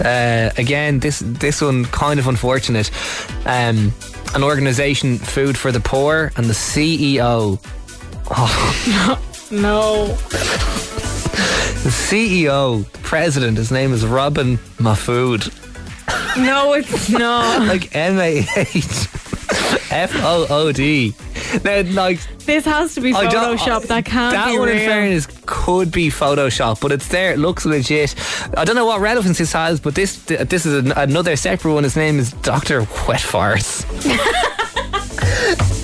Speaker 2: Uh, again, this this one kind of unfortunate. Um, an organisation, Food for the Poor, and the E CEO.
Speaker 3: No.
Speaker 2: Oh. The CEO, the president, his name is Robin Mafood.
Speaker 3: No, it's not.
Speaker 2: Like M A H F O O D. Now, like,
Speaker 3: This has to be
Speaker 2: I don't-
Speaker 3: Photoshop. That can't
Speaker 2: that
Speaker 3: be
Speaker 2: one,
Speaker 3: real.
Speaker 2: in fairness, could be Photoshop, but it's there. It looks legit. I don't know what relevance this has, but this this is an, another separate one. His name is Doctor Wet Farts.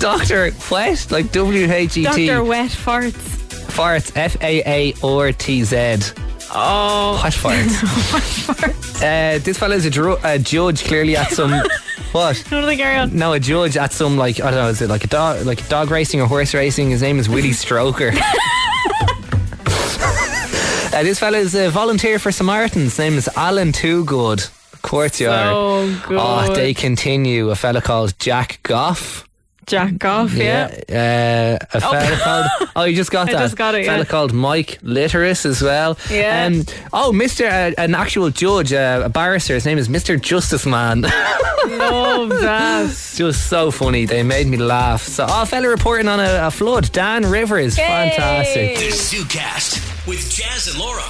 Speaker 2: Doctor Wet, like W H E T
Speaker 3: Dr. Wet Farts.
Speaker 2: Farts F A A R T Z.
Speaker 3: Oh.
Speaker 2: Wet Farts. uh, this fellow is a, dru- a judge, clearly at some what?
Speaker 3: I don't think I on.
Speaker 2: No, a judge at some like I don't know, is it like a dog like dog racing or horse racing? His name is Willie Stroker. uh, this fellow is a volunteer for Samaritans. His name is Alan Toogood. Of course you are.
Speaker 3: So good.
Speaker 2: Oh, they continue. A fellow called Jack Goff.
Speaker 3: Jack off, yeah.
Speaker 2: Yeah. Uh, a fella called. Oh, you just got
Speaker 3: I
Speaker 2: that.
Speaker 3: just got it,
Speaker 2: Fella
Speaker 3: yeah.
Speaker 2: called Mike Litteris as well.
Speaker 3: Yeah.
Speaker 2: Um, oh, Mister, uh, an actual judge, uh, a barrister. His name is Mister Justice Man.
Speaker 3: Love that.
Speaker 2: just so funny. They made me laugh. So, oh, fella reporting on a, a flood. Dan Rivers, fantastic.
Speaker 1: The ZooCast with Jazz and Laura.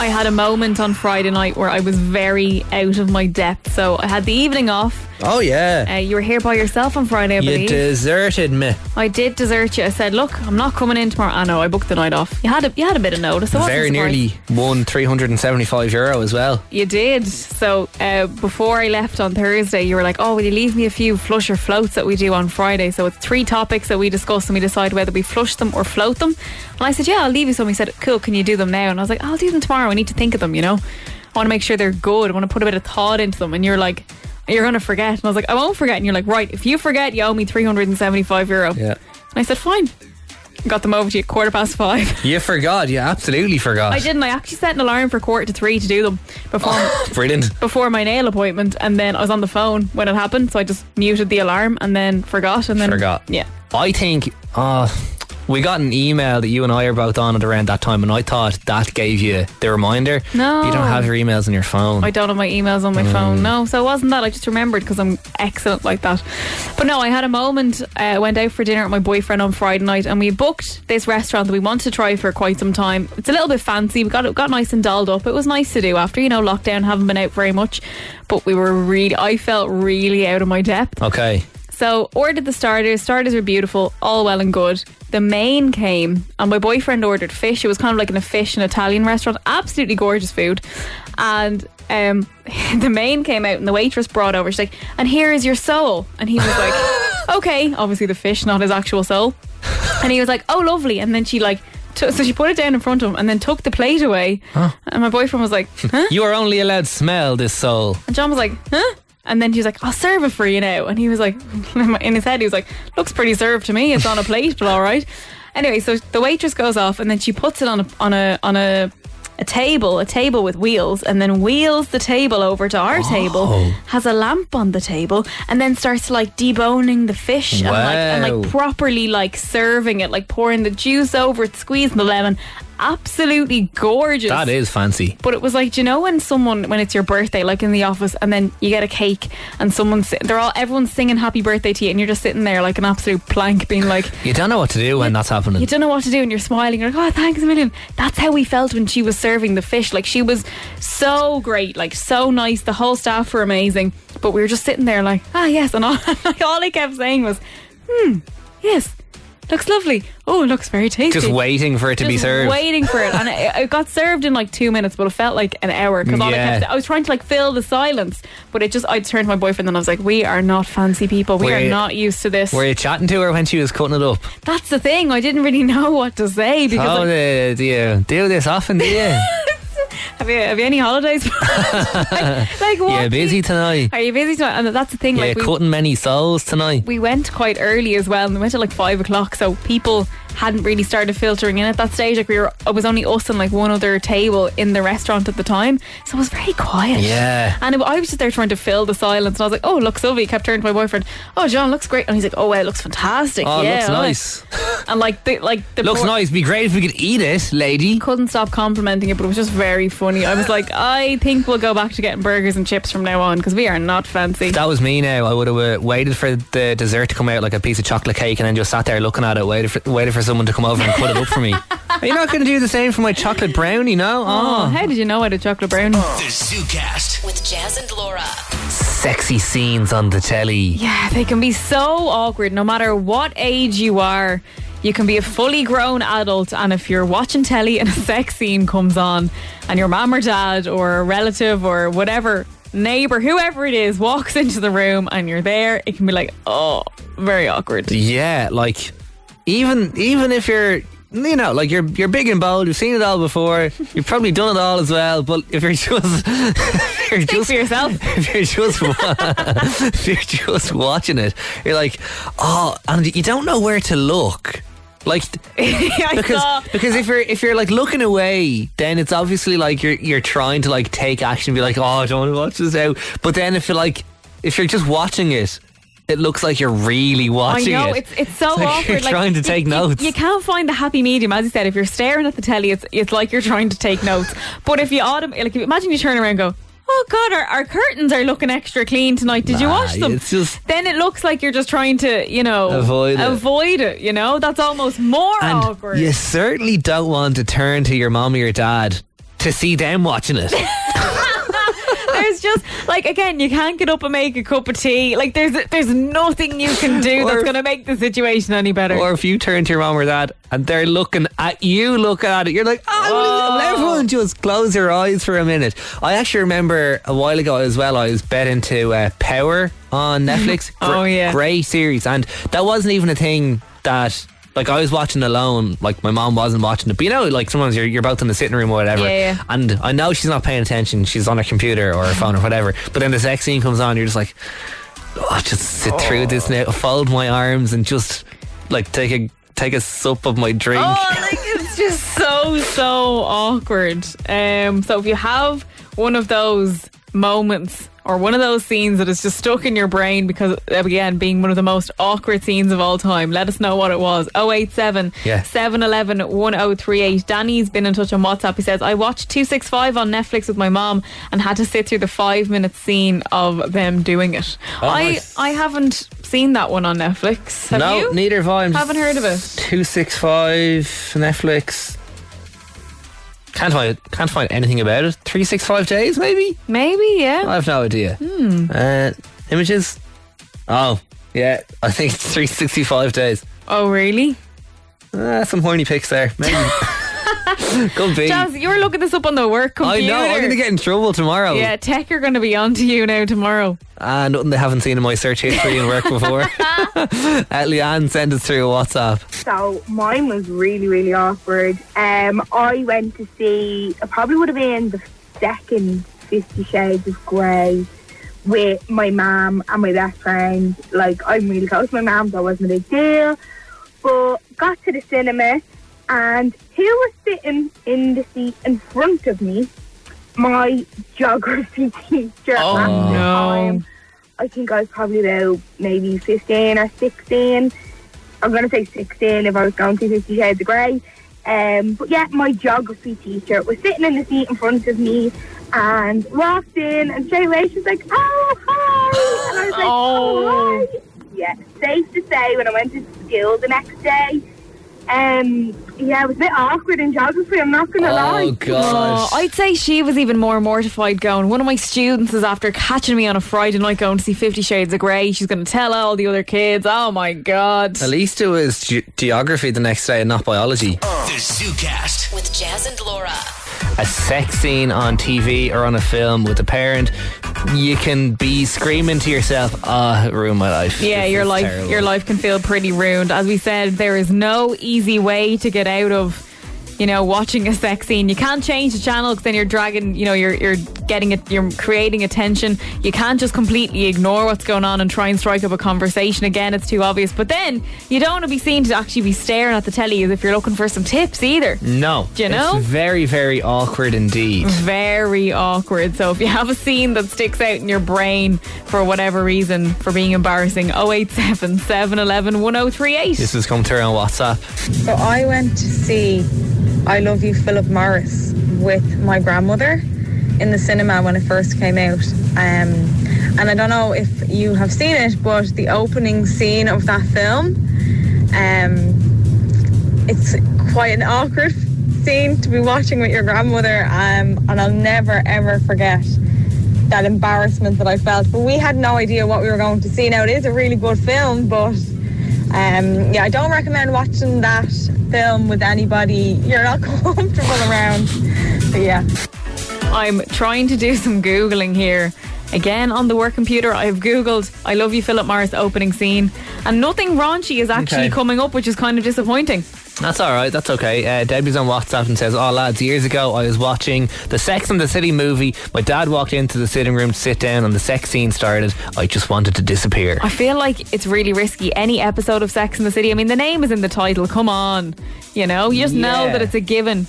Speaker 3: I had a moment on Friday night where I was very out of my depth. So I had the evening off.
Speaker 2: Oh yeah,
Speaker 3: Uh, you were here by yourself on Friday, I
Speaker 2: you
Speaker 3: believe.
Speaker 2: deserted me.
Speaker 3: I did desert you. I said, "Look, I'm not coming in tomorrow." I know I booked the night off. You had a you had a bit of notice. I wasn't
Speaker 2: Very
Speaker 3: surprised.
Speaker 2: nearly won three hundred and seventy-five euro as well.
Speaker 3: You did. So uh, before I left on Thursday, you were like, "Oh, will you leave me a few flush or floats that we do on Friday?" So it's three topics that we discuss and we decide whether we flush them or float them. And I said, "Yeah, I'll leave you some." He said, "Cool, can you do them now?" And I was like, "I'll do them tomorrow. I need to think of them. You know, I want to make sure they're good. I want to put a bit of thought into them." And you're like. You're gonna forget, and I was like, I won't forget. And you're like, right? If you forget, you owe me 375 euro.
Speaker 2: Yeah.
Speaker 3: And I said, fine. Got them over to you quarter past five.
Speaker 2: You forgot. You absolutely forgot.
Speaker 3: I didn't. I actually set an alarm for quarter to three to do them before
Speaker 2: Brilliant.
Speaker 3: before my nail appointment, and then I was on the phone when it happened, so I just muted the alarm and then forgot, and then
Speaker 2: Forgot.
Speaker 3: Yeah,
Speaker 2: I think uh, we got an email that you and I are both on at around that time, and I thought that gave you the reminder.
Speaker 3: No.
Speaker 2: You don't have your emails on your phone.
Speaker 3: I don't have my emails on my phone. No, so it wasn't that. I just remembered because I'm excellent like that. But no, I had a moment. Uh, went out for dinner with my boyfriend on Friday night, and we booked this restaurant that we wanted to try for quite some time. It's a little bit fancy. We got it got nice and dolled up. It was nice to do after you know lockdown. Haven't been out very much, but we were really. I felt really out of my depth.
Speaker 2: okay.
Speaker 3: So ordered the starters. Starters were beautiful, all well and good. The main came, and my boyfriend ordered fish. It was kind of like in a fish and Italian restaurant. Absolutely gorgeous food. And um, the main came out, and the waitress brought over. She's like, "And here is your soul." And he was like, "Okay." Obviously, the fish, not his actual soul. And he was like, "Oh, lovely." And then she like. took so she put it down in front of him and then took the plate away. And my boyfriend was like, huh?
Speaker 2: You are only allowed to smell this soul.
Speaker 3: And John was like, huh? And then she was like, I'll serve it for you now. And he was like, in his head, he was like, looks pretty served to me. It's on a plate, but all right. Anyway, so the waitress goes off and then she puts it on a, on a, on a, a table, a table with wheels, and then wheels the table over to our table,
Speaker 2: Oh.
Speaker 3: has a lamp on the table, and then starts like deboning the fish and like and
Speaker 2: Wow.
Speaker 3: like properly like serving it, like pouring the juice over it, squeezing the lemon. Absolutely gorgeous.
Speaker 2: That is fancy.
Speaker 3: But it was like, do you know when someone when it's your birthday, like in the office, and then you get a cake and someone's they're all everyone's singing happy birthday to you, and you're just sitting there like an absolute plank, being like,
Speaker 2: You don't know what to do when that's happening.
Speaker 3: you don't know what to do, and you're smiling. You're like, oh, thanks a million. That's how we felt when she was serving the fish. Like she was so great, like so nice. The whole staff were amazing, but we were just sitting there like, ah, yes, and all like all I kept saying was, hmm, yes, looks lovely. Oh, looks very tasty.
Speaker 2: Just waiting for it to be
Speaker 3: Just
Speaker 2: served.
Speaker 3: Waiting for it, and it, it got served in like two minutes, but it felt like an hour because all I
Speaker 2: Yeah.
Speaker 3: kept, I was trying to like fill the silence, but it just I turned to my boyfriend and I was like, "We are not fancy people. We
Speaker 2: Were
Speaker 3: are
Speaker 2: you-
Speaker 3: not used to this."
Speaker 2: Were you chatting to her when she was cutting it up?
Speaker 3: That's the thing. I didn't really know what to say because
Speaker 2: Oh,
Speaker 3: I-
Speaker 2: uh, do you do this often, do you?
Speaker 3: have you have you any holidays? like, like what?
Speaker 2: yeah,
Speaker 3: do
Speaker 2: busy
Speaker 3: you-
Speaker 2: tonight.
Speaker 3: Are you busy tonight? And that's the thing.
Speaker 2: Yeah,
Speaker 3: like we,
Speaker 2: cutting many souls tonight.
Speaker 3: we went quite early as well, and we went at like five o'clock, so people hadn't really started filtering in at that stage. Like we were, it was only us and like one other table in the restaurant at the time, so it was very quiet.
Speaker 2: Yeah.
Speaker 3: And it, I was just there trying to fill the silence, and I was like, "Oh, looks lovely." Kept turning to my boyfriend, "Oh, John, looks great," and he's like, "Oh, wow, looks fantastic."
Speaker 2: Oh,
Speaker 3: yeah,
Speaker 2: looks
Speaker 3: oh, wow."
Speaker 2: nice.
Speaker 3: And like, the, like the
Speaker 2: Looks
Speaker 3: bro-
Speaker 2: nice. Be great if we could eat it, lady.
Speaker 3: Couldn't stop complimenting it, but it was just very funny. I was like, "I think we'll go back to getting burgers and chips from now on because we are not fancy."
Speaker 2: If that was me now, I would have uh, waited for the dessert to come out like a piece of chocolate cake and then just sat there looking at it, waited for, waited for someone to come over and cut it up for me. Are you not going to do the same for my chocolate brownie, no?
Speaker 3: oh,
Speaker 2: Oh,
Speaker 3: how did you know I had a chocolate brownie?
Speaker 1: The ZooCast.
Speaker 5: With Jazz and Laura.
Speaker 2: sexy scenes on the telly.
Speaker 3: Yeah, they can be so awkward no matter what age you are. You can be a fully grown adult, and if you're watching telly and a sex scene comes on, and your mom or dad or a relative or whatever, neighbor, whoever it is, walks into the room and you're there, it can be like, oh, very awkward.
Speaker 2: Yeah, like even even if you're you know, like you're you're big and bold, you've seen it all before, you've probably done it all as well, but if you're just if you're
Speaker 3: Think
Speaker 2: just
Speaker 3: for yourself.
Speaker 2: if you're just wa- if you're just watching it, you're like, oh, and you don't know where to look. Like
Speaker 3: I saw.
Speaker 2: because because if you're if you're like looking away, then it's obviously like you're you're trying to like take action, be like, oh, I don't want to watch this out. But then if you're like if you're just watching it, it looks like you're really
Speaker 3: I
Speaker 2: watching
Speaker 3: know
Speaker 2: it.
Speaker 3: it's it's so
Speaker 2: like
Speaker 3: awkward.
Speaker 2: You're trying to
Speaker 3: you-
Speaker 2: take
Speaker 3: you-
Speaker 2: notes.
Speaker 3: You, can't find the happy medium, as you said. If you're staring at the telly, it's it's like you're trying to take notes. But if you autom- like, if you- imagine you turn around and go. Oh God! Our, our curtains are looking extra clean tonight. Did you
Speaker 2: Nah,
Speaker 3: wash them?
Speaker 2: it's just-
Speaker 3: then it looks like you're just trying to, you know,
Speaker 2: Avoid it.
Speaker 3: Avoid it. You know, that's almost more
Speaker 2: and
Speaker 3: awkward.
Speaker 2: you certainly don't want to turn to your mom or your dad to see them watching it.
Speaker 3: There's just like again, you can't get up and make a cup of tea. Like there's there's nothing you can do
Speaker 2: Or-
Speaker 3: that's going to make the situation any better.
Speaker 2: or if you turn to your mom or dad and they're looking at you looking at it, you're like, oh, what is it?" everyone just close your eyes for a minute. I actually remember a while ago as well, I was bet into uh, Power on Netflix.
Speaker 3: Oh, yeah.
Speaker 2: Great series. And that wasn't even a thing that. Like I was watching alone, like my mom wasn't watching it. But you know, like sometimes you're, you're both in the sitting room or whatever,
Speaker 3: Yeah, yeah.
Speaker 2: and I know she's not paying attention. She's on her computer or her phone or whatever. But then the sex scene comes on, you're just like, I'll just sit through this now, fold my arms and just like take a take a sup of my drink.
Speaker 3: Oh, like it's just so so awkward. Um, so if you have one of those moments or one of those scenes that is just stuck in your brain because again being one of the most awkward scenes of all time let us know what it was 087
Speaker 2: Yeah.
Speaker 3: 711 1038 Danny's been in touch on WhatsApp he says I watched 265 on Netflix with my mom and had to sit through the 5 minute scene of them doing it I
Speaker 2: Oh, nice.
Speaker 3: I haven't seen that one on Netflix have
Speaker 2: no,
Speaker 3: you
Speaker 2: neither have I. I'm
Speaker 3: Haven't heard of it.
Speaker 2: Two six five Netflix. Can't find can't find anything about it. Three six five days maybe.
Speaker 3: maybe yeah
Speaker 2: I have no idea.
Speaker 3: Hmm.
Speaker 2: Uh, images. Oh yeah, I think it's three sixty five days.
Speaker 3: oh really
Speaker 2: Uh, some horny pics there. Maybe. Could be.
Speaker 3: Jazz, you're looking this up on the work
Speaker 2: I
Speaker 3: computer.
Speaker 2: know. I'm going to get in trouble tomorrow.
Speaker 3: Yeah, tech are going to be on to you now tomorrow.
Speaker 2: Ah, nothing they haven't seen in my search history and work before. At Leanne, send us through a WhatsApp.
Speaker 7: So mine was really, really awkward. Um, I went to see, it probably would have been the second Fifty Shades of Grey with my mum and my best friend. Like, I'm really close to my mum, so it wasn't a big deal. But got to the cinema, and who was sitting in the seat in front of me? My geography teacher
Speaker 3: Oh,
Speaker 7: at the
Speaker 3: no.
Speaker 7: time. I think I was probably about maybe 15 or 16. I'm going to say 16 if I was going to 50 Shades of Grey. Um, but yeah, my geography teacher was sitting in the seat in front of me and walked in and straight away she was like, oh, hi. And I was like, oh, hi. Yeah, safe to say when I went to school the next day, um, yeah, it was a bit awkward in geography, I'm not going to lie.
Speaker 2: Oh,
Speaker 3: Oh,
Speaker 2: God.
Speaker 3: I'd say she was even more mortified going. One of my students is after catching me on a Friday night going to see Fifty Shades of Grey. She's going to tell all the other kids. Oh my God.
Speaker 2: At least it was ge- geography the next day and not biology.
Speaker 1: The ZooCast.
Speaker 5: With Jazz and Laura.
Speaker 2: a sex scene on TV or on a film with a parent, you can be screaming to yourself, "Ah, it ruined my life."
Speaker 3: Yeah,
Speaker 2: This
Speaker 3: your
Speaker 2: is
Speaker 3: life
Speaker 2: terrible."
Speaker 3: your life can feel pretty ruined. As we said, there is no easy way to get out of you know watching a sex scene. You can't change the channel because then you're dragging. You know, you're you're getting it. You're creating attention. You can't just completely ignore what's going on and try and strike up a conversation again. It's too obvious. But then you don't want to be seen to actually be staring at the telly as if you're looking for some tips either.
Speaker 2: No,
Speaker 3: Do you know? Mm-hmm.
Speaker 2: it's very, very awkward indeed.
Speaker 3: Very awkward. So if you have a scene that sticks out in your brain for whatever reason, for being embarrassing, 087 711 1038.
Speaker 2: This has come through on WhatsApp.
Speaker 8: So I went to see I Love You Philip Morris with my grandmother in the cinema when it first came out. Um, and I don't know if you have seen it, but the opening scene of that film, um, it's quite an awkward scene to be watching with your grandmother. Um, and I'll never, ever forget that embarrassment that I felt. But we had no idea what we were going to see. Now, it is a really good film, but um, yeah, I don't recommend watching that film with anybody you're not comfortable around. But yeah.
Speaker 3: I'm trying to do some Googling here. Again, on the work computer, I've Googled I Love You Philip Morris opening scene, and nothing raunchy is actually
Speaker 2: Okay.
Speaker 3: coming up, which is kind of disappointing.
Speaker 2: That's all right. That's okay. Uh, Debbie's on WhatsApp and says, "Oh lads, years ago I was watching the Sex and the City movie. My dad walked into the sitting room to sit down, and the sex scene started. I just wanted to disappear."
Speaker 3: I feel like it's really risky. Any episode of Sex in the City, I mean, the name is in the title, come on. You know, you just know
Speaker 2: Yeah.
Speaker 3: that it's a given.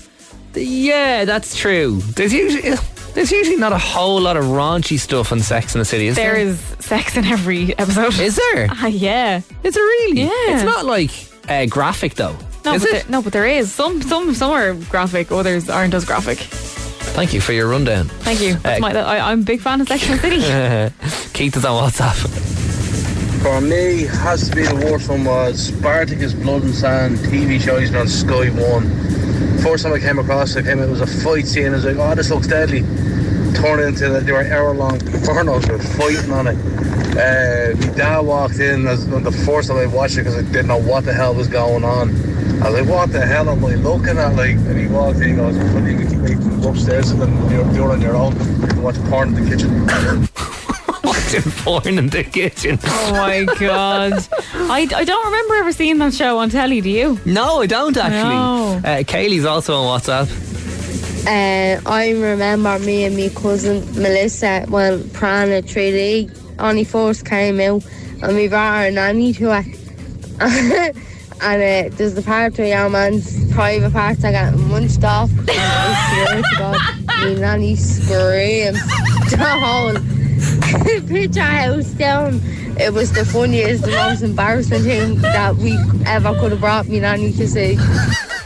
Speaker 2: Yeah, that's true. There's usually there's usually not a whole lot of raunchy stuff on Sex and the City. Is
Speaker 3: There is sex in every episode.
Speaker 2: Is there?
Speaker 3: Ah, yeah.
Speaker 2: Is it really?
Speaker 3: Yeah.
Speaker 2: It's not like uh, graphic though.
Speaker 3: No,
Speaker 2: is
Speaker 3: but
Speaker 2: it?
Speaker 3: There, no, but there is some. Some some are graphic, others aren't as graphic.
Speaker 2: Thank you for your rundown.
Speaker 3: Thank you. That's
Speaker 2: Uh,
Speaker 3: my, that- I, I'm a big fan of Sex and the City.
Speaker 2: Keith is on WhatsApp.
Speaker 9: For me, has to be the worst one was Spartacus Blood and Sand TV show he's been on Sky One. First time I came across it, I came it was a fight scene. I was like, oh, this looks deadly. Turned into that they were hour long pornos were fighting on it. Uh, my dad walked in as on the first time I watched it because I didn't know what the hell was going on. I was like, what the hell am I looking at? Like, and he walked in, he goes, what are you going to upstairs and then you're, you're on your own. You can watch porn in the kitchen.
Speaker 2: Watching porn in the kitchen.
Speaker 3: Oh my god! I, I don't remember ever seeing that show on telly. Do you?
Speaker 2: No, I don't actually.
Speaker 3: No.
Speaker 2: Uh, Kaylee's also on WhatsApp.
Speaker 10: Uh, I remember me and my cousin Melissa, well, Prana 3D, only first came out, and we brought our nanny to it. and uh, there's the part where your man's private parts I got munched off. And I swear to God, my nanny screamed the whole picture house down. It was the funniest, the most embarrassing thing that we ever could have brought me nanny to see.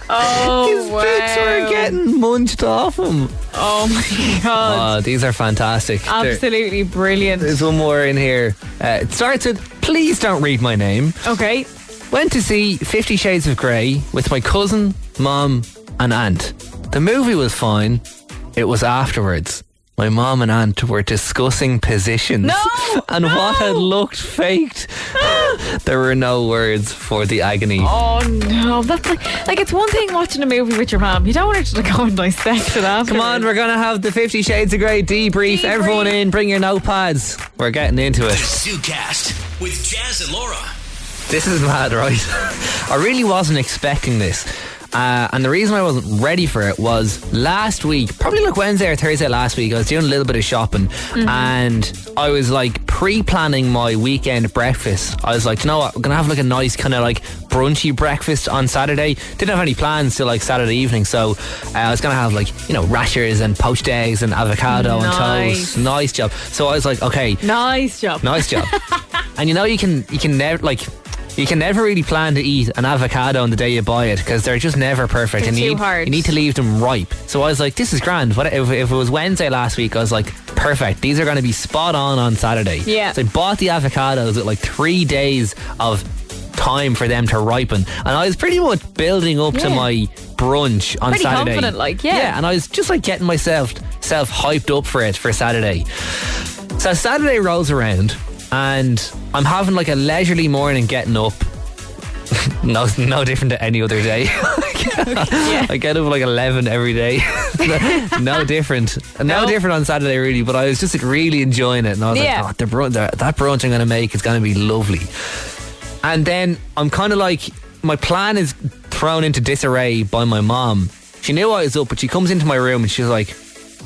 Speaker 3: Oh,
Speaker 2: His bits were getting munched off him.
Speaker 3: Oh my god.
Speaker 2: Oh, these are fantastic. They're-
Speaker 3: Absolutely brilliant.
Speaker 2: There's one more in here. Uh, it starts with, please don't read my name.
Speaker 3: Okay.
Speaker 2: Went to see Fifty Shades of Grey with my cousin, mom, and aunt. The movie was fine. It was afterwards. My mom and aunt were discussing positions
Speaker 3: No,
Speaker 2: and what had looked faked. there were no words for the agony.
Speaker 3: Oh no, that's like like it's one thing watching a movie with your mom. You don't want her to go and dissect it after.
Speaker 2: Come on, we're going to have the Fifty Shades of Grey debrief. Everyone in, bring your notepads. We're getting into it.
Speaker 1: ZooCast with Jazz and Laura.
Speaker 2: This is mad, right? I really wasn't expecting this. Uh, and the reason I wasn't ready for it was last week, probably like Wednesday or Thursday last week, I was doing a little bit of shopping and I was like pre planning my weekend breakfast. I was like, you know what, we're going to have like a nice kind of like brunchy breakfast on Saturday. Didn't have any plans till like Saturday evening. So uh, I was going to have like, you know, rashers and poached eggs and avocado and
Speaker 3: Nice.
Speaker 2: toast. Nice job. So I was like, okay,
Speaker 3: Nice job.
Speaker 2: Nice job. and you know you can you can never like you can never really plan to eat an avocado on the day you buy it because they're just never perfect.
Speaker 3: They're
Speaker 2: and you
Speaker 3: too
Speaker 2: need,
Speaker 3: hard.
Speaker 2: You need to leave them ripe. So I was like, this is grand. What if, if it was Wednesday last week? I was like, perfect. These are going to be spot on on Saturday.
Speaker 3: Yeah.
Speaker 2: So I bought the avocados with like three days of time for them to ripen, and I was pretty much building up to
Speaker 3: Yeah.
Speaker 2: my brunch on
Speaker 3: Pretty
Speaker 2: Saturday.
Speaker 3: confident, like, yeah.
Speaker 2: Yeah, and I was just like getting myself self hyped up for it for Saturday. So Saturday rolls around and I'm having like a leisurely morning getting up. no, no different to any other day. I get up at like 11 every day. no different. No, different on Saturday, really, but I was just like, really enjoying it. And I was
Speaker 3: Yeah.
Speaker 2: like, oh, the brunch, that brunch I'm going to make is going to be lovely. And then I'm kind of like, my plan is thrown into disarray by my mom. She knew I was up, but she comes into my room and she's like,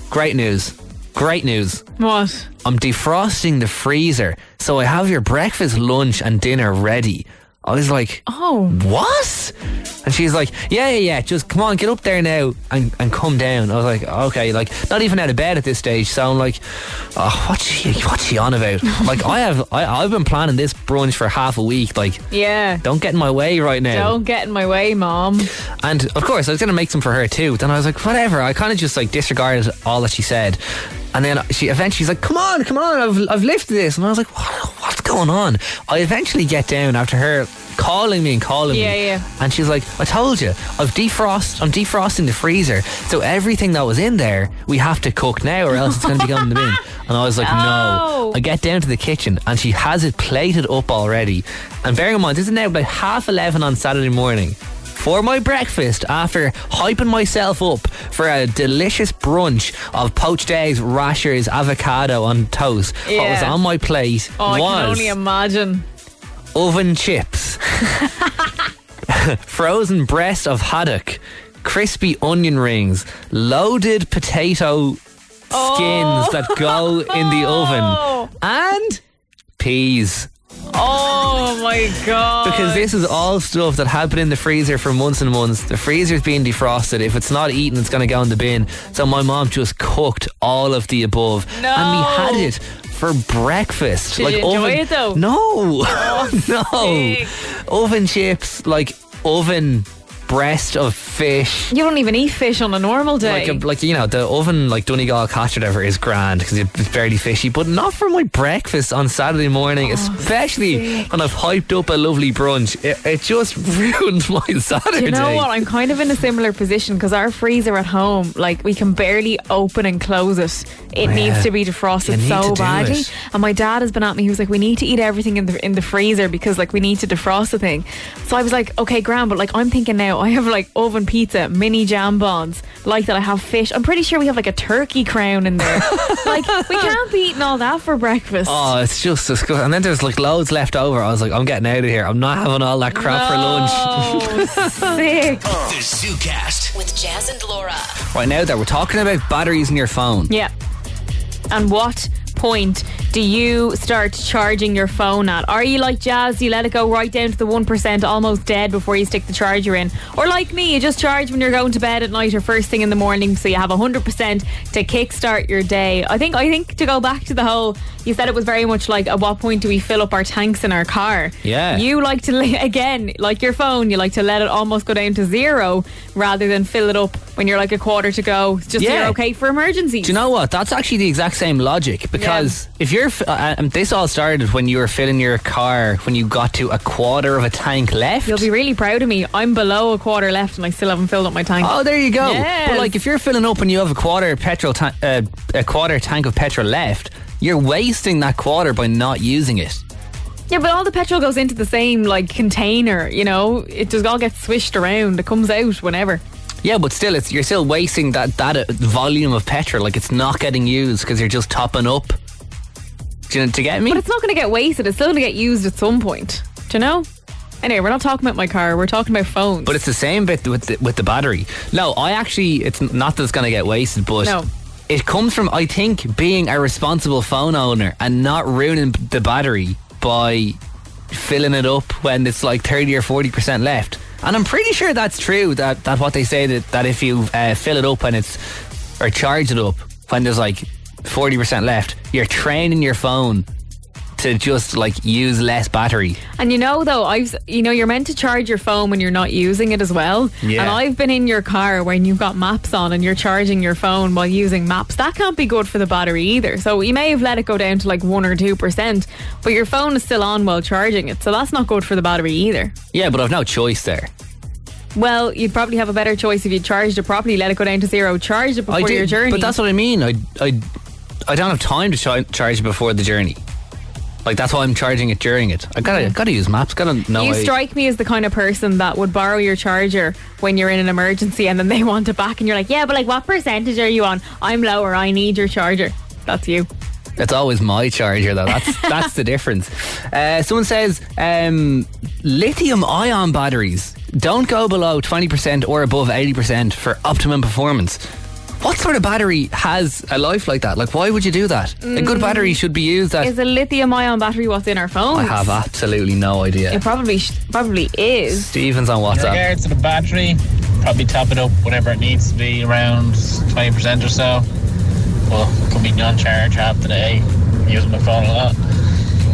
Speaker 2: great news. Great news.
Speaker 3: What?
Speaker 2: I'm defrosting the freezer, so I have your breakfast, lunch, and dinner ready. I was like,
Speaker 3: Oh.
Speaker 2: What? And she's like, Yeah, yeah, yeah, just come on, get up there now and, and come down. I was like, Okay, like, not even out of bed at this stage. So I'm like, Oh, what's she, what's she on about? like, I have, I, I've been planning this brunch for half a week. Like,
Speaker 3: Yeah.
Speaker 2: don't get in my way right now.
Speaker 3: Don't get in my way, mom.
Speaker 2: And of course, I was going to make some for her too. Then I was like, whatever. I kind of just like disregarded all that she said. And then she eventually she's like, come on, come on, I've, I've lifted this. And I was like, what, what's going on? I eventually get down after her calling me and calling
Speaker 3: Yeah,
Speaker 2: me.
Speaker 3: yeah.
Speaker 2: And she's like, I told you, I've defrost, I'm defrosting the freezer. So everything that was in there, we have to cook now or else it's going to be going in the bin. And I was like, no.
Speaker 3: Oh.
Speaker 2: I get down to the kitchen and she has it plated up already. And bearing in mind, this is now about half 11 on Saturday morning. For my breakfast, after hyping myself up for a delicious brunch of poached eggs, rashers, avocado on toast, what was
Speaker 3: Yeah.
Speaker 2: on my plate
Speaker 3: Oh, I can
Speaker 2: was
Speaker 3: only imagine.
Speaker 2: oven chips, frozen breast of haddock, crispy onion rings, loaded potato skins that go in the
Speaker 3: Oh.
Speaker 2: oven, and peas.
Speaker 3: Oh my god.
Speaker 2: Because this is all stuff that had been in the freezer for months and months. The freezer's being defrosted. If it's not eaten, it's going to go in the bin. So my mom just cooked all of the above.
Speaker 3: No.
Speaker 2: And we had it for breakfast.
Speaker 3: Did you enjoy it, though? Oh,
Speaker 2: No. no.
Speaker 3: sick.
Speaker 2: Oven chips, like oven breast of fish.
Speaker 3: you don't even eat fish on a normal day.
Speaker 2: Like, a, like you know, the oven like Donegal Catch or whatever is grand because it's fairly fishy, but not for my breakfast on Saturday
Speaker 3: Oh,
Speaker 2: morning, especially when I've hyped up a lovely brunch. It, it just ruined my Saturday.
Speaker 3: Do you know what? I'm kind of in a similar position because our freezer at home, like we can barely open and close it.
Speaker 2: Oh,
Speaker 3: It
Speaker 2: Yeah.
Speaker 3: needs to be
Speaker 2: You
Speaker 3: defrosted
Speaker 2: need to
Speaker 3: so
Speaker 2: do
Speaker 3: badly.
Speaker 2: it.
Speaker 3: And my dad has been at me. He was like, "We need to eat everything in the in the freezer because like we need to defrost the thing." So I was like, "Okay, grand," but like I'm thinking now, I have like oven pizza, mini jam bonds, like that. I have fish. I'm pretty sure we have like a turkey crown in there. like we can't be eating all that for breakfast.
Speaker 2: Oh, it's just disgusting. And then there's like loads left over. I was like, I'm getting out of here. I'm not having all that crap for lunch.
Speaker 3: Oh, sick.
Speaker 1: The ZooCast.
Speaker 5: With Jazz and Laura.
Speaker 2: Right now that we're talking about batteries in your phone.
Speaker 3: Yeah. And what point do you start charging your phone at? Are you like Jazz, you let it go right down to the 1% almost dead before you stick the charger in? Or like me, you just charge when you're going to bed at night or first thing in the morning so you have 100% to kickstart your day. I think I think to go back to the whole you said it was very much like at what point do we fill up our tanks in our car?
Speaker 2: Yeah.
Speaker 3: You like to lay- again, like your phone, you like to let it almost go down to zero rather than fill it up when you're like a quarter to go just so
Speaker 2: Yeah.
Speaker 3: you're okay for emergencies.
Speaker 2: Do you know what? That's actually the exact same logic because if you're, f- uh, um, this all started when you were filling your car when you got to a quarter of a tank left.
Speaker 3: You'll be really proud of me. I'm below a quarter left and I still haven't filled up my tank.
Speaker 2: Oh, there you go.
Speaker 3: Yes.
Speaker 2: But like, if you're filling up and you have a quarter petrol, ta- uh, a quarter tank of petrol left, you're wasting that quarter by not using it.
Speaker 3: yeah, but all the petrol goes into the same like container, you know? It just all gets swished around. It comes out whenever.
Speaker 2: Yeah, but still, it's you're still wasting that that uh, volume of petrol. Like, it's not getting used because you're just topping up. Do you know, to get me?
Speaker 3: But it's not going to get wasted. It's still going to get used at some point. Do you know? Anyway, we're not talking about my car. We're talking about phones.
Speaker 2: But it's the same bit with the, with the battery. No, I actually, it's n- not that it's going to get wasted, but
Speaker 3: No.
Speaker 2: it comes from, I think, being a responsible phone owner and not ruining b- the battery by filling it up when it's like 30 or 40% left. And I'm pretty sure that's true, that, that what they say that, that if you uh, fill it up when it's, or charge it up when there's like 40% left, you're training your phone to just like use less battery.
Speaker 3: And you know though, I've you know you're meant to charge your phone when you're not using it as well.
Speaker 2: Yeah.
Speaker 3: And I've been in your car when you've got maps on and you're charging your phone while using maps. That can't be good for the battery either. So you may have let it go down to like one or two percent, but your phone is still on while charging it. So that's not good for the battery either.
Speaker 2: Yeah, but I've no choice there.
Speaker 3: Well, you'd probably have a better choice if you charged it properly, let it go down to zero, charged it before
Speaker 2: I did,
Speaker 3: your journey.
Speaker 2: But that's what I mean. I, I, I don't have time to char- charge it before the journey. Like that's why I'm charging it during it. I gotta gotta use maps. Gotta know.
Speaker 3: you
Speaker 2: I-
Speaker 3: strike me as the kind of person that would borrow your charger when you're in an emergency and then they want it back and you're like, yeah, but like what percentage are you on? I'm lower. I need your charger. That's you.
Speaker 2: It's always my charger though. That's that's the difference. Uh, someone says um, lithium ion batteries don't go below twenty percent or above eighty percent for optimum performance. What sort of battery has a life like that? Like, why would you do that? A good
Speaker 3: Mm.
Speaker 2: battery should be used at.
Speaker 3: Is a lithium ion battery what's in our phone?
Speaker 2: I have absolutely no idea.
Speaker 3: It probably sh- probably is.
Speaker 2: Stevens on
Speaker 9: In
Speaker 2: WhatsApp.
Speaker 9: regards to the battery, probably top it up whenever it needs to be, around 20% or so. Well, it could be non charge half the day, using my phone a lot.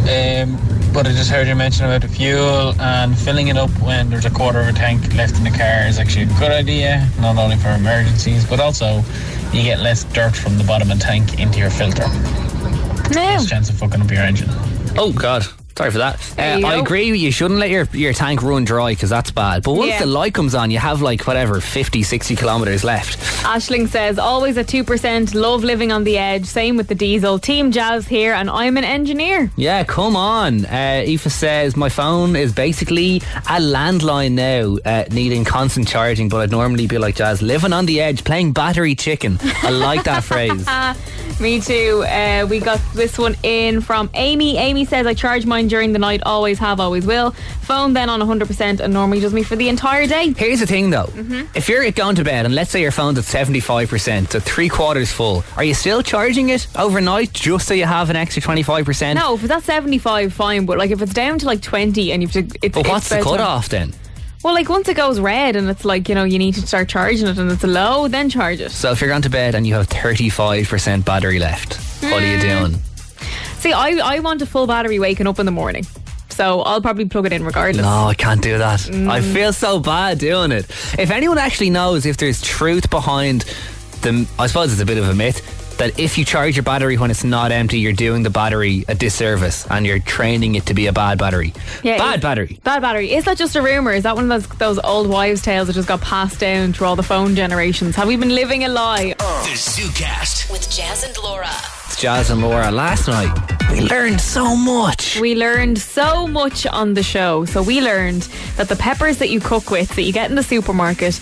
Speaker 9: Um, but I just heard you mention about the fuel and filling it up when there's a quarter of a tank left in the car is actually a good idea, not only for emergencies, but also you get less dirt from the bottom of the tank into your filter.
Speaker 3: No.
Speaker 9: Chance of fucking up your engine.
Speaker 2: Oh God. Sorry for that. Uh,
Speaker 9: you
Speaker 2: I
Speaker 9: go.
Speaker 2: agree. You shouldn't let your, your tank run dry because that's bad. But once
Speaker 3: Yeah.
Speaker 2: the light comes on, you have like whatever 50, 60 kilometers left.
Speaker 3: Ashling says, always at 2%, love living on the edge. Same with the diesel. Team Jazz here, and I'm an engineer.
Speaker 2: Yeah, come on. Uh, Aoife says my phone is basically a landline now, uh, needing constant charging. But I'd normally be like Jazz, living on the edge, playing battery chicken. I like that phrase.
Speaker 3: Ah, Me too. Uh, we got this one in from Amy. Amy says, I charge mine during the night, always have, always will. Phone then on 100% and normally does me for the entire day.
Speaker 2: Here's the thing though.
Speaker 9: Mm-hmm.
Speaker 2: If you're going to bed and let's say your phone's at 75%, so three quarters full, are you still charging it overnight just so you have an extra 25%?
Speaker 3: No, if it's at 75, fine. But like if it's down to like 20 and you've to. It's,
Speaker 2: But
Speaker 3: it's
Speaker 2: what's the
Speaker 3: about time-
Speaker 2: cutoff then?
Speaker 3: Well, like once it goes red and it's like, you know, you need to start charging it and it's low, then charge it.
Speaker 2: So if you're going to bed and you have 35% battery left, what are you
Speaker 3: Mm.
Speaker 2: doing?
Speaker 3: See, I, I want a full battery waking up in the morning. So I'll probably plug it in regardless.
Speaker 2: No, I can't do that. I
Speaker 3: Mm.
Speaker 2: feel so bad doing it. If anyone actually knows if there's truth behind the, I suppose it's a bit of a myth that if you charge your battery when it's not empty, you're doing the battery a disservice and you're training it to be a bad battery.
Speaker 3: Yeah,
Speaker 2: bad
Speaker 3: it-
Speaker 2: battery.
Speaker 3: Bad battery. Is that just a rumor? Is that one of those those old wives' tales that just got passed down through all the phone generations? Have we been living a lie?
Speaker 1: The ZooCast.
Speaker 5: With Jazz and Laura.
Speaker 2: It's Jazz and Laura. Last night we learned so much.
Speaker 3: We learned so much on the show. So we learned that the peppers that you cook with that you get in the supermarket,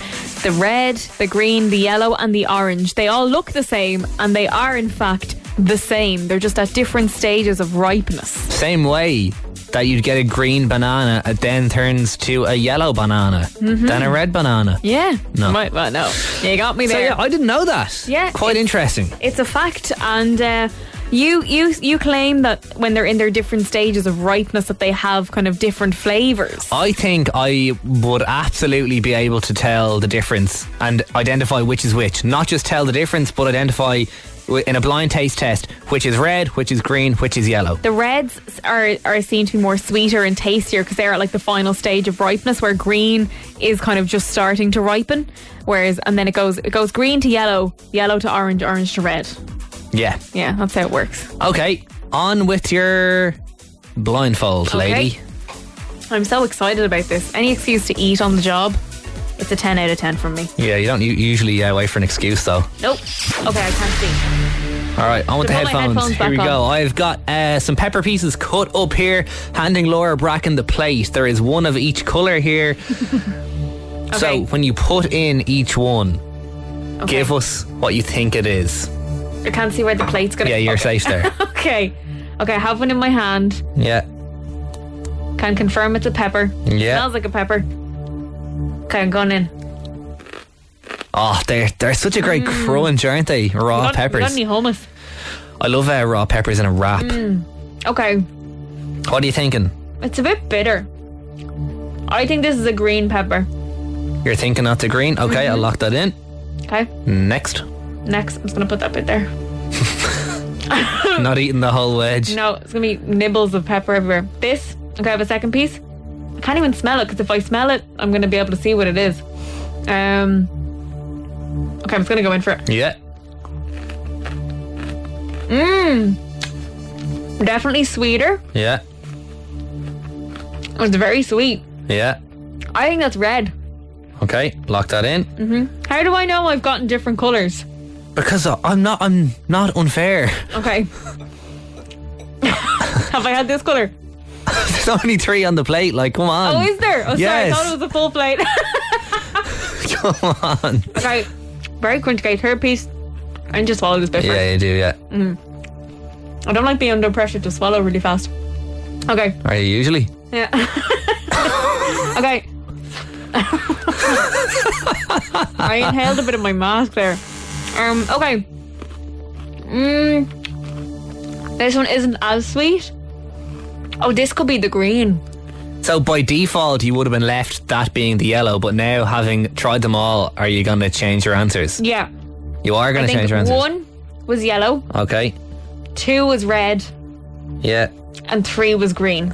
Speaker 3: the red, the green, the yellow, and the orange, they all look the same, and they are in fact the same. They're just at different stages of ripeness.
Speaker 2: Same way that you'd get a green banana, it then turns to a yellow banana,
Speaker 3: Mhm.
Speaker 2: then a red banana.
Speaker 3: Yeah.
Speaker 2: No.
Speaker 3: Might, well, no. You got me
Speaker 2: So,
Speaker 3: there.
Speaker 2: yeah, I didn't know that.
Speaker 3: Yeah.
Speaker 2: Quite
Speaker 3: it's-
Speaker 2: interesting.
Speaker 3: It's a fact, and uh, You you you claim that when they're in their different stages of ripeness that they have kind of different flavors.
Speaker 2: I think I would absolutely be able to tell the difference and identify which is which. Not just tell the difference, but identify wi- in a blind taste test which is red, which is green, which is yellow.
Speaker 3: The reds are are seen to be more sweeter and tastier because they're at like the final stage of ripeness, where green is kind of just starting to ripen. Whereas and then it goes it goes green to yellow, yellow to orange, orange to red.
Speaker 2: Yeah.
Speaker 3: Yeah, that's how it works.
Speaker 2: Okay, on with your blindfold,
Speaker 3: Okay.
Speaker 2: lady.
Speaker 3: I'm so excited about this. Any excuse to eat on the job, it's a ten out of ten from me.
Speaker 2: Yeah, you don't u- usually uh, wait for an excuse though.
Speaker 3: Nope. Okay, I can't see.
Speaker 2: All right, on with the
Speaker 3: Should I put my
Speaker 2: headphones.
Speaker 3: headphones
Speaker 2: here we
Speaker 3: back
Speaker 2: go.
Speaker 3: on?
Speaker 2: I've got uh, some pepper pieces cut up here, handing Laura Bracken the plate. There is one of each colour here. So when you put in each one, give us what you think it is.
Speaker 3: I can't see where the plate's gonna.
Speaker 2: Yeah, you're safe there.
Speaker 3: okay, okay. I have one in my hand.
Speaker 2: Yeah.
Speaker 3: Can confirm it's a pepper.
Speaker 2: Yeah.
Speaker 3: Smells like a pepper. Okay, I'm going in.
Speaker 2: Oh, they're they're such a great
Speaker 3: Mm.
Speaker 2: crunch, aren't they? Raw
Speaker 3: You got- you Got
Speaker 2: Oh, peppers.
Speaker 3: any hummus?
Speaker 2: I love uh, raw peppers in a wrap.
Speaker 3: Mm. Okay,
Speaker 2: What are you thinking?
Speaker 3: it's a bit bitter. I think this is a green pepper.
Speaker 2: You're thinking that's a green. Okay,
Speaker 3: Mm-hmm.
Speaker 2: I'll lock that in.
Speaker 3: Okay,
Speaker 2: Next,
Speaker 3: next I'm just gonna put that bit there.
Speaker 2: not eating the whole wedge.
Speaker 3: Mm. No, it's gonna be nibbles of pepper everywhere. This, okay, I have a second piece. I can't even smell it because if I smell it, I'm gonna be able to see what it is. Um, okay, I'm just gonna go in for it.
Speaker 2: Yeah.
Speaker 3: Mmm, definitely sweeter.
Speaker 2: Yeah.
Speaker 3: It's very sweet.
Speaker 2: Yeah.
Speaker 3: I think that's red.
Speaker 2: Okay, lock that in.
Speaker 3: hmm How do I know I've gotten different colors?
Speaker 2: Because I- I'm not, I'm not unfair.
Speaker 3: Okay. Have I had this color?
Speaker 2: There's only three on the plate. Like, come on.
Speaker 3: oh, is there? Oh, sorry, I
Speaker 2: yes.
Speaker 3: thought it was a full plate.
Speaker 2: come on.
Speaker 3: okay, very crunchy. Okay, third piece, and just swallow this bit.
Speaker 2: Yeah, you do. Yeah.
Speaker 3: Mm. I don't like being under pressure to swallow really fast. Okay.
Speaker 2: Are you usually?
Speaker 3: Yeah. okay. I inhaled a bit of my mask there. Um. Okay. Mm, this one isn't as sweet. Oh, this could be the green.
Speaker 2: So by default, you would have been left that being the yellow. But now, having tried them all, are you going to change your answers?
Speaker 3: Yeah.
Speaker 2: You are going
Speaker 3: I
Speaker 2: to
Speaker 3: think
Speaker 2: change your answers.
Speaker 3: one was yellow,
Speaker 2: Okay.
Speaker 3: two was red,
Speaker 2: Yeah.
Speaker 3: and three was green.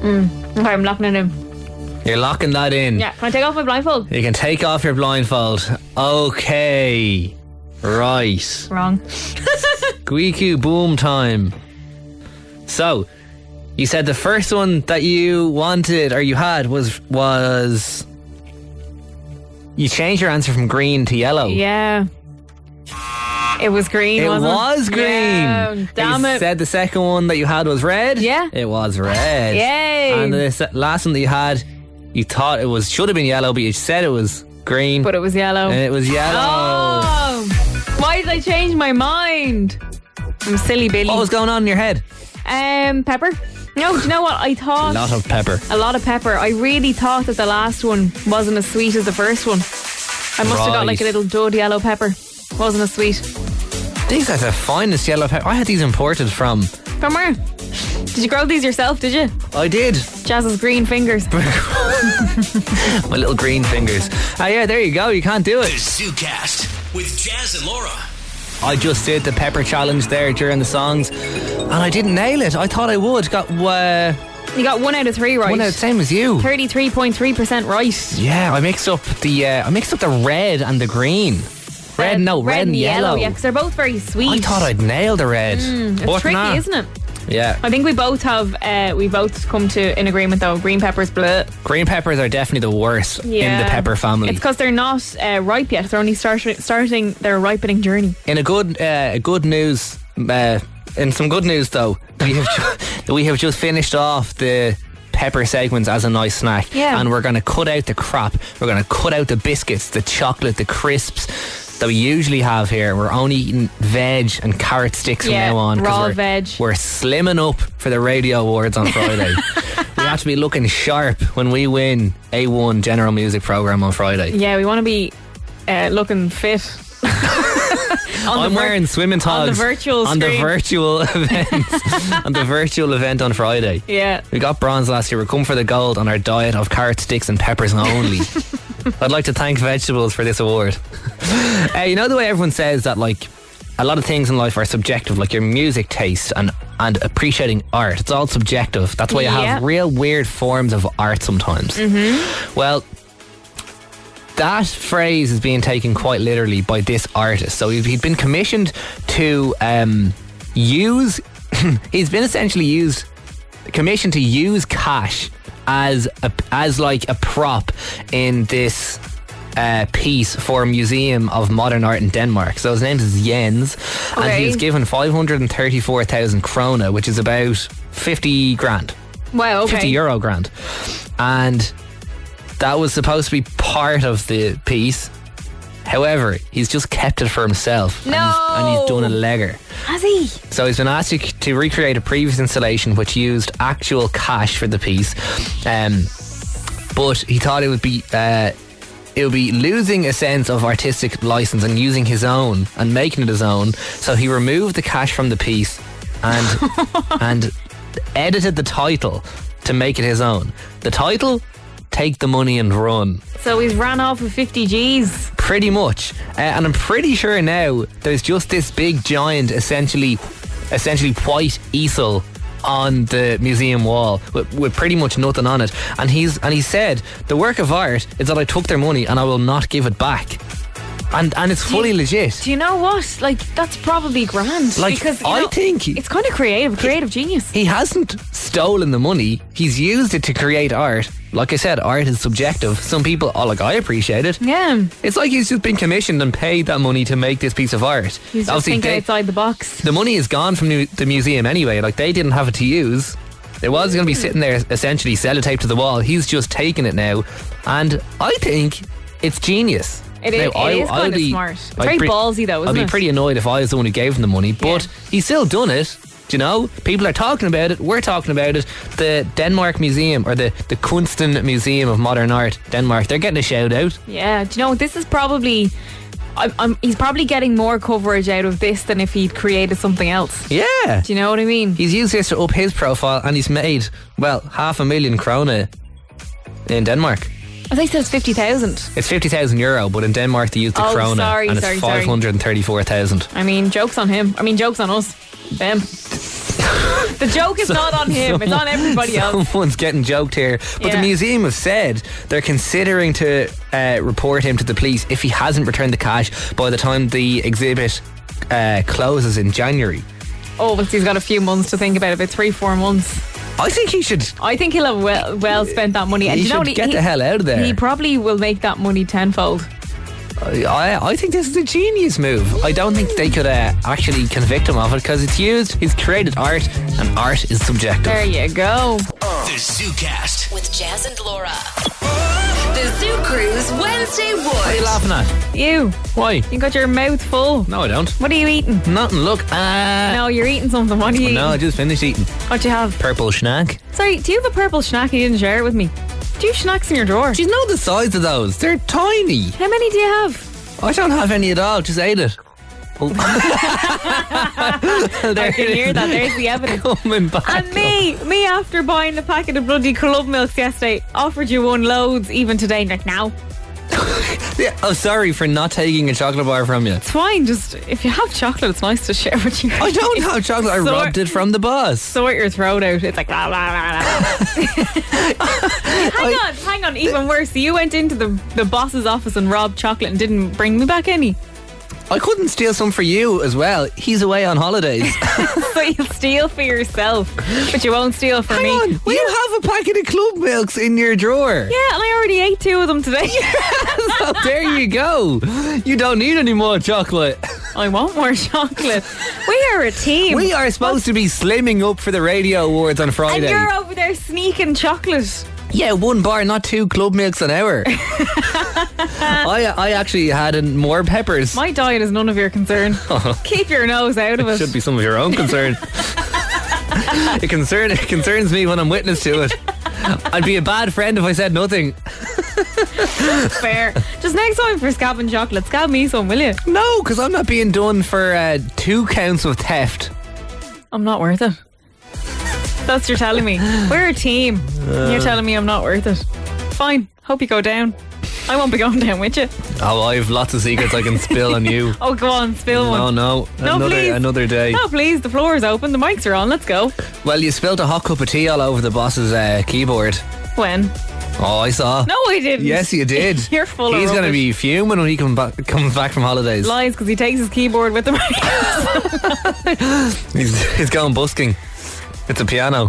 Speaker 3: Mm. Okay, I'm locking it in.
Speaker 2: You're locking that in.
Speaker 3: Yeah, can I take off my blindfold?
Speaker 2: You can take off your blindfold. Okay. Right.
Speaker 3: Wrong.
Speaker 2: Squeaky boom time. So, you said the first one that you wanted or you had was was you changed your answer from green to yellow.
Speaker 3: Yeah. It was green.
Speaker 2: It
Speaker 3: wasn't
Speaker 2: was green.
Speaker 3: Yeah, damn
Speaker 2: you
Speaker 3: it.
Speaker 2: said the second one that you had was red. Yeah. It was red.
Speaker 3: Yay.
Speaker 2: And the se- last one that you had, you thought it was should have been yellow, but you said it was green.
Speaker 3: But it was yellow.
Speaker 2: And it was yellow.
Speaker 3: Oh, why did I change my mind? I'm silly Billy. What was
Speaker 2: going on in your head?
Speaker 3: Um, pepper. No, do you know what I
Speaker 2: A
Speaker 3: thought?
Speaker 2: lot of pepper.
Speaker 3: A lot of pepper. I really thought that the last one wasn't as sweet as the first one. I must have got like a
Speaker 2: Right.
Speaker 3: little dud yellow pepper. Wasn't as sweet.
Speaker 2: These are the finest yellow pepper. I had these imported from.
Speaker 3: From where? Did you grow these yourself? Did you?
Speaker 2: I did.
Speaker 3: Jazz's green fingers.
Speaker 2: My little green fingers. Ah, yeah, there you go. You can't do
Speaker 1: The
Speaker 2: it.
Speaker 1: ZooCast with Jazz and Laura.
Speaker 2: I just did the pepper challenge there during the songs, and I didn't nail it. I thought I would. Got uh,
Speaker 3: you got one out of three right.
Speaker 2: One out- same as you.
Speaker 3: Thirty-three point three percent right.
Speaker 2: yeah. I mixed up the uh, I mixed up the red and the green. Red, no, red, and yellow.
Speaker 3: yeah, because they're both very sweet.
Speaker 2: I thought I'd nail the red.
Speaker 3: Mm, it's
Speaker 2: but
Speaker 3: tricky,
Speaker 2: nah.
Speaker 3: isn't it?
Speaker 2: Yeah.
Speaker 3: I think we both have. Uh, we both come to an agreement though. Green peppers, bleh.
Speaker 2: Green peppers are definitely the worst in the pepper family.
Speaker 3: It's because they're not uh, ripe yet. They're only start- starting their ripening journey.
Speaker 2: In a good, uh, good news, uh, in some good news though, we have ju- we have just finished off the pepper segments as a nice snack,
Speaker 3: Yeah.
Speaker 2: and we're going to cut out the crap. We're going to cut out the biscuits, the chocolate, the crisps that we usually have here. We're only eating veg and carrot sticks from
Speaker 3: Yeah,
Speaker 2: now on. 'cause
Speaker 3: raw
Speaker 2: we're,
Speaker 3: veg.
Speaker 2: We're slimming up for the radio awards on Friday. we have to be looking sharp when we win a one general music program on Friday.
Speaker 3: Yeah, we want to be uh, looking fit. On the
Speaker 2: I'm
Speaker 3: vir-
Speaker 2: wearing swimming
Speaker 3: on
Speaker 2: togs
Speaker 3: the virtual
Speaker 2: on the
Speaker 3: screen.
Speaker 2: virtual event on the virtual event on Friday.
Speaker 3: Yeah.
Speaker 2: We got bronze last year. We're coming for the gold on our diet of carrot sticks and peppers only. I'd like to thank vegetables for this award. uh, you know the way everyone says that like a lot of things in life are subjective, like your music taste and and appreciating art. It's all subjective. That's why you
Speaker 11: Yeah.
Speaker 2: have real weird forms of art sometimes.
Speaker 11: Mm-hmm.
Speaker 2: Well, that phrase is being taken quite literally by this artist. So he'd he'd been commissioned to um, use, he's been essentially used, commissioned to use cash as a, as like a prop in this uh, piece for a museum of modern art in Denmark. So his name is Jens, and
Speaker 3: Okay.
Speaker 2: he was given five hundred and thirty-four thousand krona, which is about fifty grand.
Speaker 3: Wow, okay.
Speaker 2: 50 euro grand. And that was supposed to be part of the piece. However, he's just kept it for himself. And he's, and he's done a legger.
Speaker 3: Has he?
Speaker 2: So he's been asked to, to recreate a previous installation which used actual cash for the piece. Um, but he thought it would be. Uh, it would be losing a sense of artistic license and using his own and making it his own. So he removed the cash from the piece and and edited the title to make it his own. The title: "Take the money and run."
Speaker 3: So he's ran off with 50 G's.
Speaker 2: Pretty much. Uh, and I'm pretty sure now there's just this big giant, essentially, essentially white easel on the museum wall with, with pretty much nothing on it. And he's and he said the work of art is that I took their money and I will not give it back. And and it's fully legit.
Speaker 3: Do you know what? Like, that's probably grand.
Speaker 2: Like,
Speaker 3: because, you
Speaker 2: I
Speaker 3: know,
Speaker 2: think he-
Speaker 3: it's kind of creative, creative genius.
Speaker 2: He hasn't stolen the money. He's used it to create art. Like I said, art is subjective. Some people are like, I appreciate it.
Speaker 3: Yeah.
Speaker 2: It's like he's just been commissioned and paid that money to make this piece of art.
Speaker 3: He's just
Speaker 2: Obviously,
Speaker 3: thinking
Speaker 2: they-
Speaker 3: outside the box.
Speaker 2: the money is gone from the museum anyway. Like they didn't have it to use. It was
Speaker 3: Mm.
Speaker 2: going to be sitting there essentially sellotaped to the wall. He's just taking it now, and I think it's genius.
Speaker 3: It is- it is kinda smart. It's
Speaker 2: I'd
Speaker 3: very ballsy though, isn't
Speaker 2: I'd
Speaker 3: it?
Speaker 2: be pretty annoyed if I was the one who gave him the money, but he's still done it. Do you know? People are talking about it. We're talking about it. The Denmark Museum or the the Kunsten Museum of Modern Art, Denmark. They're getting a shout out.
Speaker 3: Yeah. Do you know, this is probably. I'm, I'm, he's probably getting more coverage out of this than if he'd created something else.
Speaker 2: Yeah.
Speaker 3: Do you know what I mean?
Speaker 2: He's used this to up his profile and he's made, well, half a million krona in Denmark.
Speaker 3: I think it's 50,000.
Speaker 2: It's 50,000 euro, but in Denmark they use the
Speaker 3: Oh,
Speaker 2: krona
Speaker 3: sorry,
Speaker 2: and it's
Speaker 3: sorry, sorry.
Speaker 2: 534,000.
Speaker 3: I mean, joke's on him. I mean, joke's on us. Them. the joke is
Speaker 2: So-
Speaker 3: not on him, it's on
Speaker 2: someone-
Speaker 3: everybody else.
Speaker 2: Someone's getting joked here. But
Speaker 3: Yeah.
Speaker 2: the museum have said they're considering to uh, report him to the police if he hasn't returned the cash by the time the exhibit uh, closes in January.
Speaker 3: Oh, but he's got a few months to think about it, about three, four months.
Speaker 2: I think he should.
Speaker 3: I think he'll have well, well spent that money. And
Speaker 2: He
Speaker 3: you know
Speaker 2: should
Speaker 3: what?
Speaker 2: get the hell out of there.
Speaker 3: He probably will make that money tenfold.
Speaker 2: I, I think this is a genius move. I don't think they could uh, actually convict him of it because it's used, he's created art, and art is subjective.
Speaker 3: There you go.
Speaker 1: The ZooCast.
Speaker 5: With Jazz and Laura. The Zoo Cruise Wednesday Wood.
Speaker 2: What are you laughing at?
Speaker 3: You.
Speaker 2: Why?
Speaker 3: You got your mouth full.
Speaker 2: No, I don't.
Speaker 3: What are you eating?
Speaker 2: Nothing. Look. Uh,
Speaker 3: no, you're eating something. What are you
Speaker 2: No, I
Speaker 3: eating?
Speaker 2: just finished eating
Speaker 3: What do you have?
Speaker 2: purple snack.
Speaker 3: Sorry, do you have a purple schnack you didn't share it with me? Do you have schnacks in your drawer?
Speaker 2: She's not the size of those. They're tiny.
Speaker 3: How many do you have?
Speaker 2: I don't have any at all. Just ate it. Oh.
Speaker 3: I
Speaker 2: There
Speaker 3: can
Speaker 2: it
Speaker 3: hear
Speaker 2: is.
Speaker 3: that. There's the evidence.
Speaker 2: Coming back.
Speaker 3: And me, me after buying the packet of bloody club milks yesterday, offered you one loads even today. and you're Like now,
Speaker 2: Yeah, oh, sorry for not taking a chocolate bar from you.
Speaker 3: it's fine. Just if you have chocolate, it's nice to share with you.
Speaker 2: I don't have chocolate. I robbed it from the boss.
Speaker 3: Sort your throat out. It's like blah blah blah. blah. hang on, hang on. Even worse, you went into the the boss's office and robbed chocolate and didn't bring me back any.
Speaker 2: I couldn't steal some for you as well. He's away on holidays.
Speaker 3: so you'll steal for yourself, but you won't steal for me.
Speaker 2: Will you have a packet of club milks in your drawer?
Speaker 3: Yeah, and I already ate two of them today.
Speaker 2: so there you go. You don't need any more chocolate.
Speaker 3: I want more chocolate. We are a team.
Speaker 2: We are supposed to be slimming up for the radio awards on
Speaker 3: and
Speaker 2: Friday.
Speaker 3: you're over there sneaking chocolate.
Speaker 2: Yeah, one bar, not two club milks an hour. I I actually had an- more peppers.
Speaker 3: My diet is none of your concern. Keep your nose out of it.
Speaker 2: Should be some of your own concern. it concern it concerns me when I'm witness to it. I'd be a bad friend if I said nothing.
Speaker 3: Fair. Just next time for scabbing chocolate, scab me some, will you?
Speaker 2: No, because I'm not being done for uh, two counts of theft.
Speaker 3: I'm not worth it. That's what you're telling me. We're a team.
Speaker 2: Uh.
Speaker 3: And you're telling me I'm not worth it. Fine. Hope you go down. I won't be going down with you.
Speaker 2: Oh, I have lots of secrets I can spill on you.
Speaker 3: Oh, go on, spill one.
Speaker 2: Oh no,
Speaker 3: No,
Speaker 2: another
Speaker 3: please.
Speaker 2: another day.
Speaker 3: No, please. The floor is open. The mics are on. Let's go.
Speaker 2: Well, you spilled a hot cup of tea all over the boss's uh, keyboard.
Speaker 3: When?
Speaker 2: Oh, I saw.
Speaker 3: No, I didn't.
Speaker 2: Yes, you did.
Speaker 3: You're full of
Speaker 2: He's gonna
Speaker 3: rubbish.
Speaker 2: be fuming when he come back, comes back from holidays.
Speaker 3: Lies because he takes his keyboard with him.
Speaker 2: He's, he's going busking. It's a piano.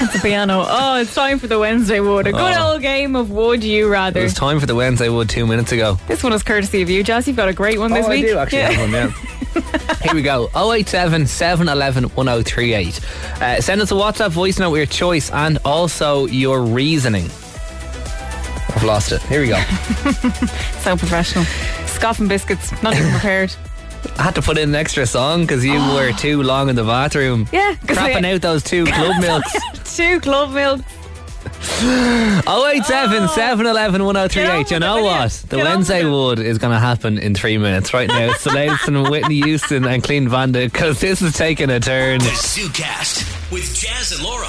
Speaker 3: It's a piano. Oh, it's time for the Wednesday wood. A good
Speaker 2: Oh.
Speaker 3: old game of would you
Speaker 2: It
Speaker 3: rather.
Speaker 2: was time for the Wednesday Wood two minutes ago.
Speaker 3: This one is courtesy of you, Jazz. You've got a great one this
Speaker 2: oh,
Speaker 3: week.
Speaker 2: I do actually
Speaker 3: Yeah.
Speaker 2: have one now. Here we go 087 711 1038. Uh, send us a WhatsApp voice note with your choice and also your reasoning. I've lost it. Here we go. I
Speaker 3: So professional. Scoff and biscuits. Not even prepared.
Speaker 2: had to put in an extra song because you were too long in the bathroom.
Speaker 3: Yeah, 'cause I-
Speaker 2: Crapping out those two club milks.
Speaker 3: Two club milk.
Speaker 2: Oh. 087 711 1038. You know what? The Wednesday Wood is going to happen in three minutes right now. It's Soleilson, Whitney Houston, and Clean Bandit because this is taking a turn.
Speaker 1: The ZooCast with Jazz and Laura.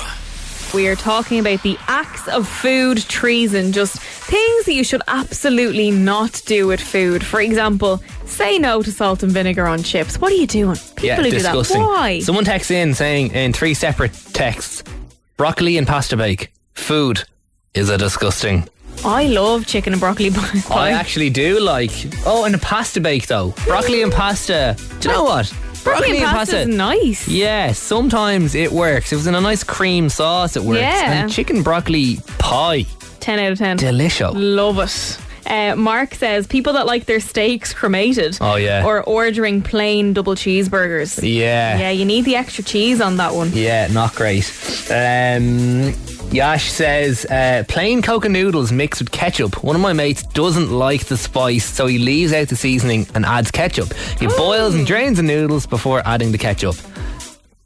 Speaker 3: We are talking about the acts of food treason, just things that you should absolutely not do with food. For example, say no to salt and vinegar on chips. What are you doing? People
Speaker 2: yeah,
Speaker 3: who
Speaker 2: disgusting.
Speaker 3: do that. Why?
Speaker 2: Someone texts in saying in three separate texts broccoli and pasta bake. Food is a disgusting.
Speaker 3: I love chicken and broccoli pie.
Speaker 2: I actually do like. Oh, and a pasta bake though. Broccoli and pasta. Do you know what?
Speaker 3: Broccoli and pasta's nice.
Speaker 2: Yeah, sometimes it works. If it's in a nice cream sauce, it works.
Speaker 3: Yeah.
Speaker 2: And chicken broccoli pie.
Speaker 3: 10 out of 10.
Speaker 2: Delisho.
Speaker 3: Love it. Uh, Mark says people that like their steaks cremated.
Speaker 2: Oh, yeah.
Speaker 3: Or ordering plain double cheeseburgers.
Speaker 2: Yeah.
Speaker 3: Yeah, you need the extra cheese on that one.
Speaker 2: Yeah, not great. Um, Yash says uh, plain Coke and noodles mixed with ketchup. One of my mates doesn't like the spice, so he leaves out the seasoning and adds ketchup. He boils and drains the noodles before adding the ketchup.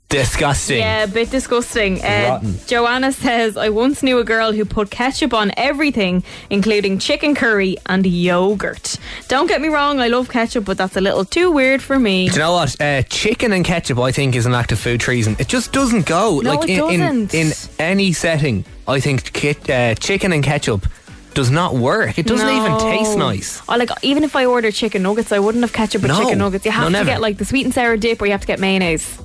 Speaker 2: Disgusting.
Speaker 3: Yeah, a Eh, bit disgusting. Eh,
Speaker 2: Rotten.
Speaker 3: Joanna says, I once knew a girl who put ketchup on everything, including chicken curry and yogurt. Don't get me wrong, I love ketchup, but that's a little too weird for me.
Speaker 2: Do you know what? Uh, chicken and ketchup, I think, is an act of food treason. It just doesn't go.
Speaker 3: No,
Speaker 2: like
Speaker 3: it
Speaker 2: in,
Speaker 3: doesn't.
Speaker 2: In, in any setting, I think ki- uh, chicken and ketchup does not work. It doesn't even taste
Speaker 3: No.
Speaker 2: nice.
Speaker 3: Oh, like even if I order chicken nuggets, I wouldn't have ketchup with
Speaker 2: No.
Speaker 3: chicken nuggets. You
Speaker 2: No,
Speaker 3: have to
Speaker 2: never.
Speaker 3: get like the sweet and sour dip, or you have to get mayonnaise.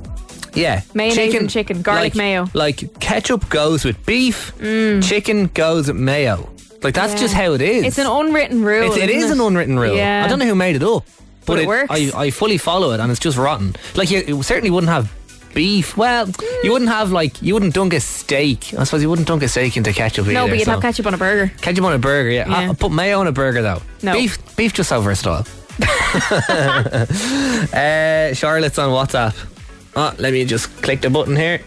Speaker 2: Yeah.
Speaker 3: Mayonnaise and chicken, garlic
Speaker 2: like-
Speaker 3: mayo. Mm.
Speaker 2: Like ketchup goes with beef, chicken goes with mayo. Like that's
Speaker 3: Yeah.
Speaker 2: just how it is.
Speaker 3: It's an unwritten rule.
Speaker 2: It's- it is
Speaker 3: isn't
Speaker 2: an unwritten rule.
Speaker 3: Yeah.
Speaker 2: I don't know who made it up,
Speaker 3: But it works.
Speaker 2: I, I fully follow it, and it's just rotten. Like you, you certainly wouldn't have beef. Well, you wouldn't have like you wouldn't dunk a steak. I suppose you wouldn't dunk a steak into ketchup either.
Speaker 3: No, but you'd
Speaker 2: so.
Speaker 3: have ketchup on a burger.
Speaker 2: Ketchup on a burger, yeah. I,
Speaker 3: Yeah.
Speaker 2: I put mayo on a burger though.
Speaker 3: No.
Speaker 2: beef, beef just so versatile. uh, Charlotte's on WhatsApp. Oh, let me just click the button here.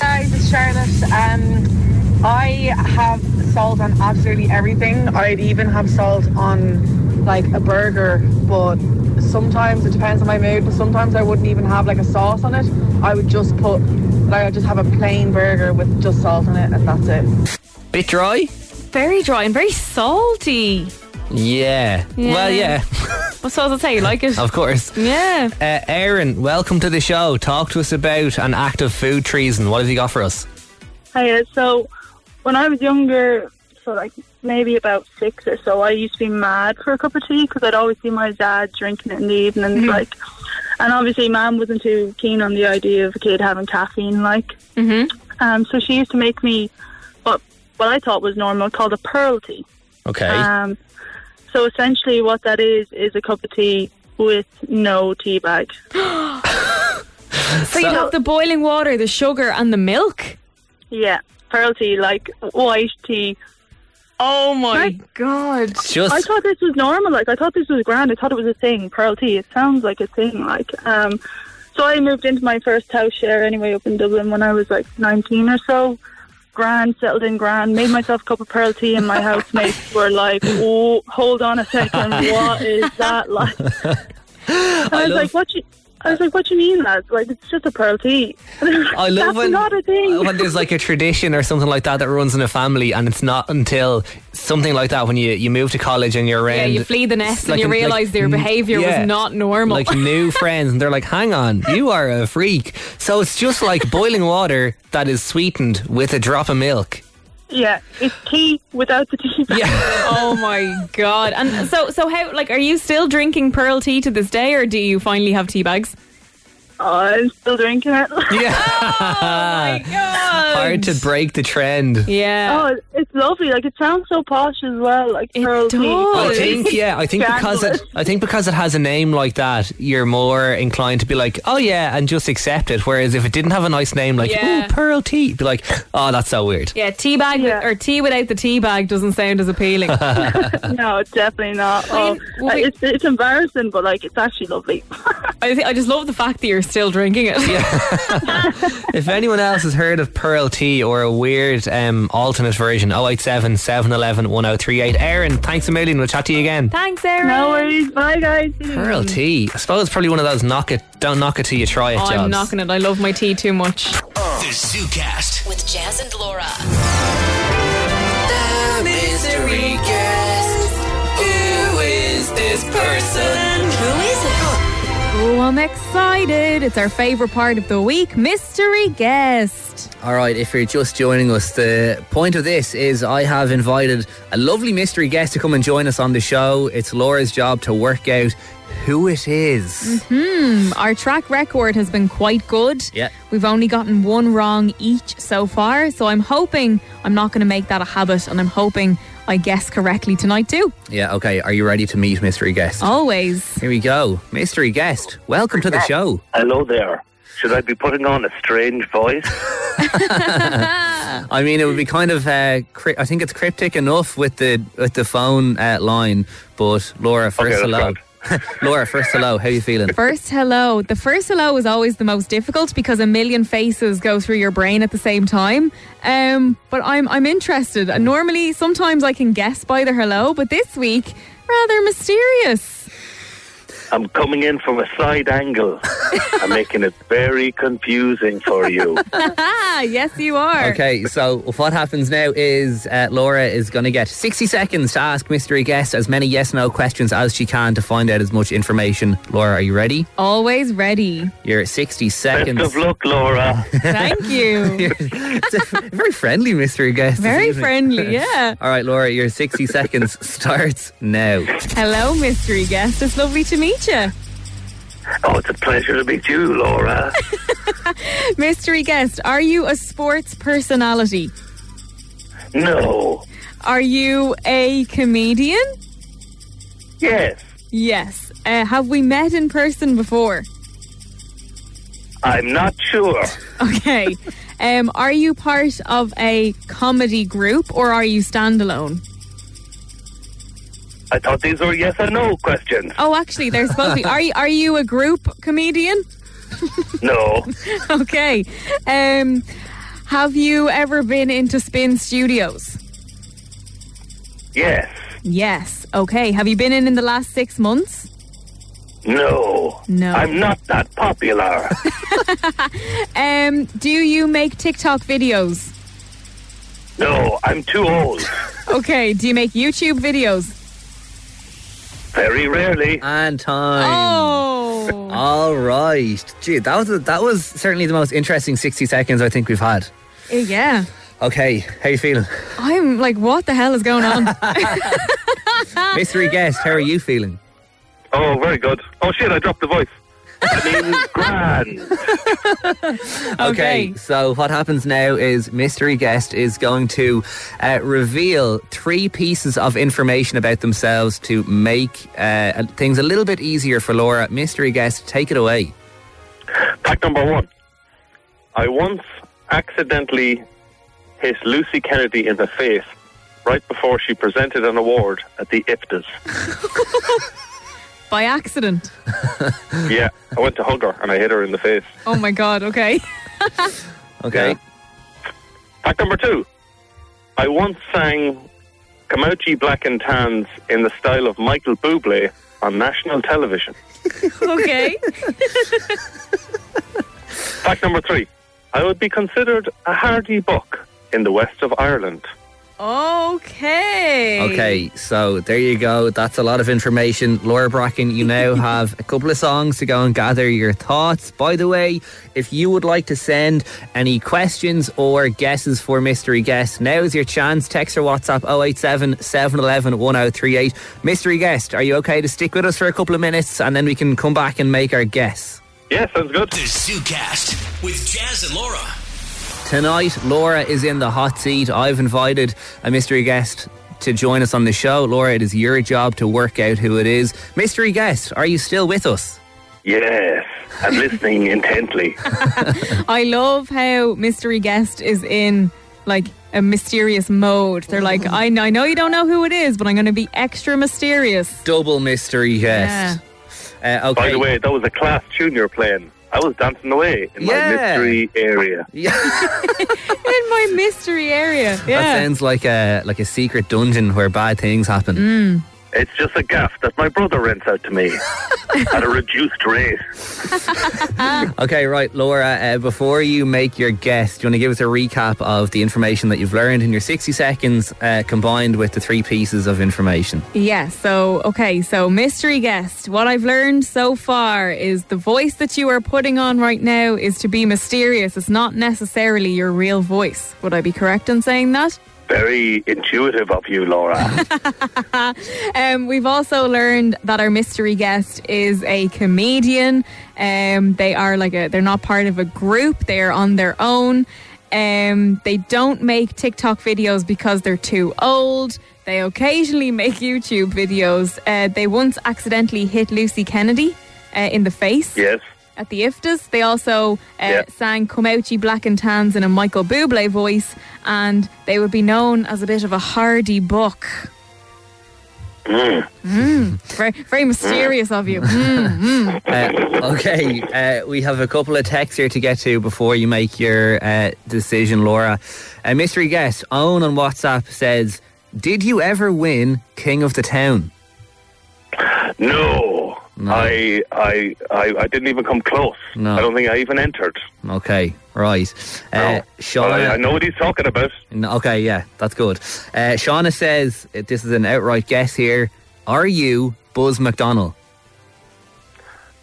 Speaker 6: Hi, this is Charlotte. Um, I have salt on absolutely everything. I'd even have salt on like a burger, but sometimes it depends on my mood. But sometimes I wouldn't even have like a sauce on it. I would just put like I'd just have a plain burger with just salt on it, and that's it.
Speaker 2: Bit dry?
Speaker 3: Very dry and very salty.
Speaker 2: Yeah.
Speaker 3: Yeah.
Speaker 2: Well, yeah,
Speaker 3: Well, so that's how you like it.
Speaker 2: of course.
Speaker 3: Yeah.
Speaker 2: Uh, Aaron, welcome to the show. Talk to us about an act of food treason. What have you got for us?
Speaker 7: Hiya. So when I was younger, so like maybe about six or so, I used to be mad for a cup of tea because I'd always see my dad drinking it in the evenings. Like, and obviously, mum wasn't too keen on the idea of a kid having caffeine. Like,
Speaker 3: Mm-hmm.
Speaker 7: um, so she used to make me what what I thought was normal called a pearl tea.
Speaker 2: Okay.
Speaker 3: Uh,
Speaker 7: Um, so essentially, what that is is a cup of tea with no tea bag.
Speaker 3: So, you have the boiling water, the sugar, and the milk.
Speaker 7: Yeah, pearl tea, like white tea.
Speaker 3: Oh my, god!
Speaker 7: I thought this was normal. Like I thought this was grand. I thought it was a thing. Pearl tea. It sounds like a thing. Like um, so I moved into my first house share anyway up in Dublin when I was like nineteen or so. Grand, settled in grand, made myself a cup of pearl tea, and my housemates were like, "Oh, hold on a second, what is that like?" And I, was like, "What you?"
Speaker 6: I was like, "What do you mean, lads? Like, it's just a pearl tea."
Speaker 12: I love
Speaker 6: That's
Speaker 12: when,
Speaker 6: not a thing.
Speaker 12: when there's like a tradition or something like that that runs in a family, and it's not until something like that when you, you move to college and you're around.
Speaker 3: Yeah, you flee the nest
Speaker 12: like
Speaker 3: and you
Speaker 12: an- like
Speaker 3: realise their
Speaker 12: n-
Speaker 3: behaviour
Speaker 12: yeah.
Speaker 3: was not normal.
Speaker 12: Like new friends, and they're like, "Hang on, you are a freak." So it's just like boiling water that is sweetened with a drop of milk.
Speaker 6: Yeah, it's tea without the tea.
Speaker 12: Yeah.
Speaker 3: oh my god! And so, so how? Like, are you still drinking pearl tea to this day, or do you finally have tea bags?
Speaker 6: Oh, I'm still drinking it.
Speaker 12: Uh, Hard to break the trend.
Speaker 3: Yeah.
Speaker 6: Oh, it- it's lovely. Like it sounds so posh as well. Like it pearl does.
Speaker 12: I think yeah, I think because it, I think because it has a name like that, you're more inclined to be like, oh yeah, and just accept it. Whereas if it didn't have a nice name like
Speaker 3: Yeah.
Speaker 12: ooh pearl tea, you'd be like, oh that's so weird.
Speaker 3: Yeah, tea bag with- or tea without the tea bag doesn't sound as appealing.
Speaker 6: Oh, no, definitely not. Oh, uh, it's, it's embarrassing, but like it's actually lovely.
Speaker 3: I, thi- I just love the fact that you're still drinking it.
Speaker 12: if anyone else has heard of pearl tea or a weird um, alternate version, 087 711 1038. Aaron, thanks a million. We'll chat to you again.
Speaker 3: Thanks, Aaron.
Speaker 6: No worries. Bye, guys.
Speaker 12: Pearl tea. I suppose it's probably one of those knock it, don't knock it till you try it
Speaker 3: Oh,
Speaker 12: jobs.
Speaker 3: I'm knocking it. I love my tea too much.
Speaker 1: The ZooCast.
Speaker 5: With Jazz and Laura. The mystery guest. Who is this person? Who is it?
Speaker 3: Oh, I'm excited. It's our favourite part of the week mystery guest.
Speaker 2: All right, if you're just joining us, the point of this is I have invited a lovely mystery guest to come and join us on the show. It's Laura's job to work out who it is.
Speaker 3: Hmm, our track record has been quite good.
Speaker 2: Yeah.
Speaker 3: We've only gotten one wrong each so far, so I'm hoping I'm not going to make that a habit, and I'm hoping I guess correctly tonight too.
Speaker 2: Yeah, okay. Are you ready to meet mystery guest?
Speaker 3: Always.
Speaker 2: Here we go. Mystery guest, welcome to the show.
Speaker 13: Hello there. Should I be putting on a strange voice?
Speaker 2: I mean, it would be kind of, uh, cri- I think it's cryptic enough with the with the phone uh, line, but Laura, first
Speaker 13: Okay,
Speaker 2: hello.
Speaker 13: that's
Speaker 2: Laura, first hello. How you feeling?
Speaker 3: First hello. The first hello is always the most difficult because a million faces go through your brain at the same time. Um, but I'm I'm interested. And normally, sometimes I can guess by the hello, but this week, rather mysterious.
Speaker 13: I'm coming in from a side angle. I'm making it very confusing for you.
Speaker 3: Ah, yes, you are.
Speaker 2: Okay, so what happens now is uh, Laura is going to get 60 seconds to ask mystery guest as many yes no questions as she can to find out as much information. Laura, are you ready?
Speaker 3: Always ready.
Speaker 2: Your 60 seconds.
Speaker 13: Best of luck, Laura.
Speaker 3: Thank you.
Speaker 2: it's a very friendly mystery guest. this
Speaker 3: Very
Speaker 2: evening.
Speaker 3: friendly, yeah.
Speaker 2: All right, Laura, your 60 seconds starts now.
Speaker 3: Hello, mystery guest. It's lovely to meet you.
Speaker 13: Oh, it's a pleasure to meet you, Laura.
Speaker 3: Mystery guest, are you a sports personality?
Speaker 13: No.
Speaker 3: Are you a comedian?
Speaker 13: Yes,
Speaker 3: Yes. Uh, have we met in person before?
Speaker 13: I'm not sure.
Speaker 3: Okay. um, are you part of a comedy group or are you standalone?
Speaker 13: I thought these were yes or no questions.
Speaker 3: Oh, actually, they're supposed to be. Are you, are you a group comedian?
Speaker 13: No.
Speaker 3: okay. Um, have you ever been into Spin Studios?
Speaker 13: Yes.
Speaker 3: Yes. Okay. Have you been in in the last six months?
Speaker 13: No.
Speaker 3: No.
Speaker 13: I'm not that popular.
Speaker 3: Um, do you make TikTok videos?
Speaker 13: no, I'm too old.
Speaker 3: Okay. Do you make YouTube videos?
Speaker 13: Very rarely.
Speaker 2: And time.
Speaker 3: Oh.
Speaker 2: All right. Gee, that was, that was certainly the most interesting 60 seconds I think we've had.
Speaker 3: Eh, Yeah.
Speaker 2: Okay, how you feeling?
Speaker 3: I'm like, what the hell is going on?
Speaker 2: Mystery guest, how are you feeling?
Speaker 13: Oh, very good. Oh, shit, I dropped the voice. I mean, grand.
Speaker 2: Okay. so what happens now is mystery guest is going to uh, reveal three pieces of information about themselves to make uh, things a little bit easier for Laura. Mystery guest, take it away.
Speaker 13: Fact number one. I once accidentally hit Lucy Kennedy in the face right before she presented an award at the IFTAs.
Speaker 3: By accident.
Speaker 13: yeah, I went to hug her and I hit her in the face.
Speaker 3: Oh my god. Okay.
Speaker 2: Okay.
Speaker 13: Fact number two. I once sang Kamauchi Black and Tans in the style of Michael Bublé on national television.
Speaker 3: okay.
Speaker 13: Fact number three I would be considered a hardy buck in the west of Ireland.
Speaker 3: Okay.
Speaker 2: Okay, so there you go. That's a lot of information. Laura Bracken, you now have a couple of songs to go and gather your thoughts. By the way, if you would like to send any questions or guesses for Mystery Guest, now's your chance. Text or WhatsApp 087 711 1038. Mystery Guest, are you okay to stick with us for a couple of minutes and then we can come back and make our guess?
Speaker 13: Yeah, sounds good.
Speaker 1: The ZooCast with Jazz and Laura.
Speaker 2: Tonight, Laura is in the hot seat. I've invited a mystery guest to join us on the show. Laura, it is your job to work out who it is. Mystery guest, are you still with us?
Speaker 13: Yes, I'm listening intently.
Speaker 3: I love how mystery guest is in like a mysterious mode. They're like, I, I know you don't know who it is, but I'm going to be extra mysterious.
Speaker 2: Double mystery guest. Uh, okay.
Speaker 13: By the way, that was a class junior playing. I was dancing away in
Speaker 3: Yeah.
Speaker 13: my mystery area.
Speaker 3: in my mystery area.
Speaker 2: That
Speaker 3: Yeah.
Speaker 2: sounds like a like a secret dungeon where bad things happen.
Speaker 3: Mm.
Speaker 13: It's just a gaff that my brother rents out to me at a reduced rate.
Speaker 2: Okay, right, Laura. Uh, before you make your guess, do you want to give us a recap of the information that you've learned in your sixty seconds, uh, combined with the three pieces of information?
Speaker 3: Yeah, so, okay, so mystery guest. What I've learned so far is the voice that you are putting on right now is to be mysterious. It's not necessarily your real voice. Would I be correct in saying that?
Speaker 13: Very intuitive of you, Laura.
Speaker 3: um, we've also learned that our mystery guest is a comedian. Um, they are like a, they're not part of a group. They are on their own. Um, they don't make TikTok videos because they're too old. They occasionally make YouTube videos. Uh, they once accidentally hit Lucy Kennedy uh, in the face
Speaker 13: yes.
Speaker 3: at the IFTAs. They also uh,
Speaker 13: Yeah.
Speaker 3: sang Come Out Ye Black and Tans in a Michael Bublé voice, and they would be known as a bit of a hardy buck.
Speaker 13: Mm.
Speaker 3: Mm, very, very mysterious of you. Mm, mm.
Speaker 2: Uh, okay, uh, we have a couple of texts here to get to before you make your uh, decision, Laura. A mystery guest, Owen on WhatsApp says, Did you ever win King of the Town?
Speaker 13: No. I, I I I didn't even come close.
Speaker 2: No.
Speaker 13: I don't think I even entered.
Speaker 2: Okay, right. Uh,
Speaker 13: But
Speaker 2: Shauna,
Speaker 13: I, I know what he's talking about.
Speaker 2: No, okay, yeah, that's good. Uh, Shauna says, uh, This is an outright guess here. Are you Buzz McDonnell?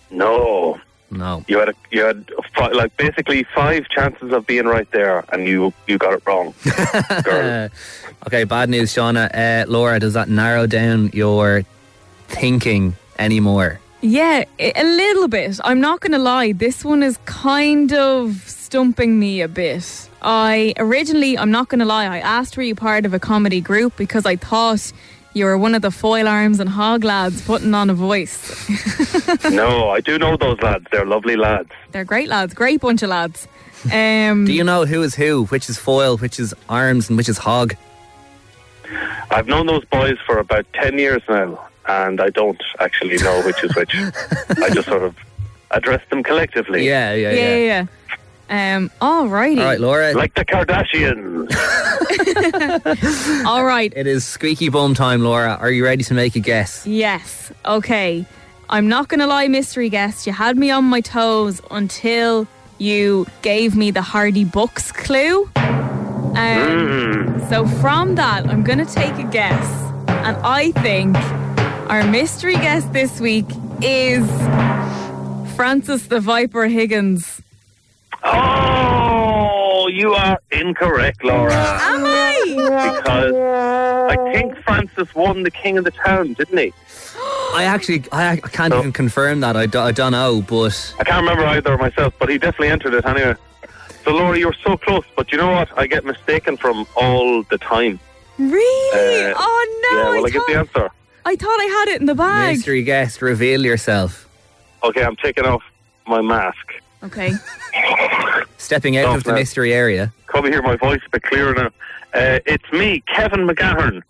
Speaker 13: No.
Speaker 2: No.
Speaker 13: You had a, you had fi- like basically five chances of being right there, and you you got it wrong.
Speaker 2: Uh, okay, bad news, Shauna. Uh, Laura, does that narrow down your thinking anymore?
Speaker 3: Yeah, i- a little bit. I'm not going to lie. This one is kind of stumping me a bit. I originally, I'm not going to lie, I asked were you part of a comedy group because I thought you were one of the foil arms and hog lads putting on a voice.
Speaker 13: no, I do know those lads. They're lovely lads.
Speaker 3: They're great lads, great bunch of lads. Um,
Speaker 2: Do you know who is who? Which is foil? Which is arms? And which is hog?
Speaker 13: I've known those boys for about ten years now, and I don't actually know which is which. I just sort of address them collectively.
Speaker 2: Yeah,
Speaker 3: yeah, yeah. yeah. Um, alrighty.
Speaker 2: All right, Laura.
Speaker 13: Like the Kardashians.
Speaker 3: All right.
Speaker 2: It is squeaky bum time, Laura. Are you ready to make a guess?
Speaker 3: Yes. Okay. I'm not going to lie, mystery guest. You had me on my toes until you gave me the Hardy Books clue. Um, So, from that, I'm going to take a guess. And I think our mystery guest this week is Francis the Viper Higgins.
Speaker 13: Oh, you are incorrect, Laura.
Speaker 3: Am
Speaker 2: Oh,
Speaker 3: I?
Speaker 13: Because I think Francis won the King of the Town, didn't he?
Speaker 2: I actually, I, I can't even confirm that. I, do, I don't know, but
Speaker 13: I can't remember either myself, but he definitely entered it anyway. So, Laura, you were so close, but you know what? I get mistaken from all the time.
Speaker 3: Really?
Speaker 13: Uh,
Speaker 3: oh, no.
Speaker 13: yeah,
Speaker 3: I,
Speaker 13: well, I,
Speaker 3: thought,
Speaker 13: get the answer.
Speaker 3: I thought I had it in the bag.
Speaker 2: mystery guest, reveal yourself.
Speaker 13: Okay, I'm taking off my mask.
Speaker 3: Okay.
Speaker 2: Stepping
Speaker 13: Oh,
Speaker 2: out of the mystery area.
Speaker 13: Come hear my voice a bit clearer now. Uh, it's me, Kevin McGahern.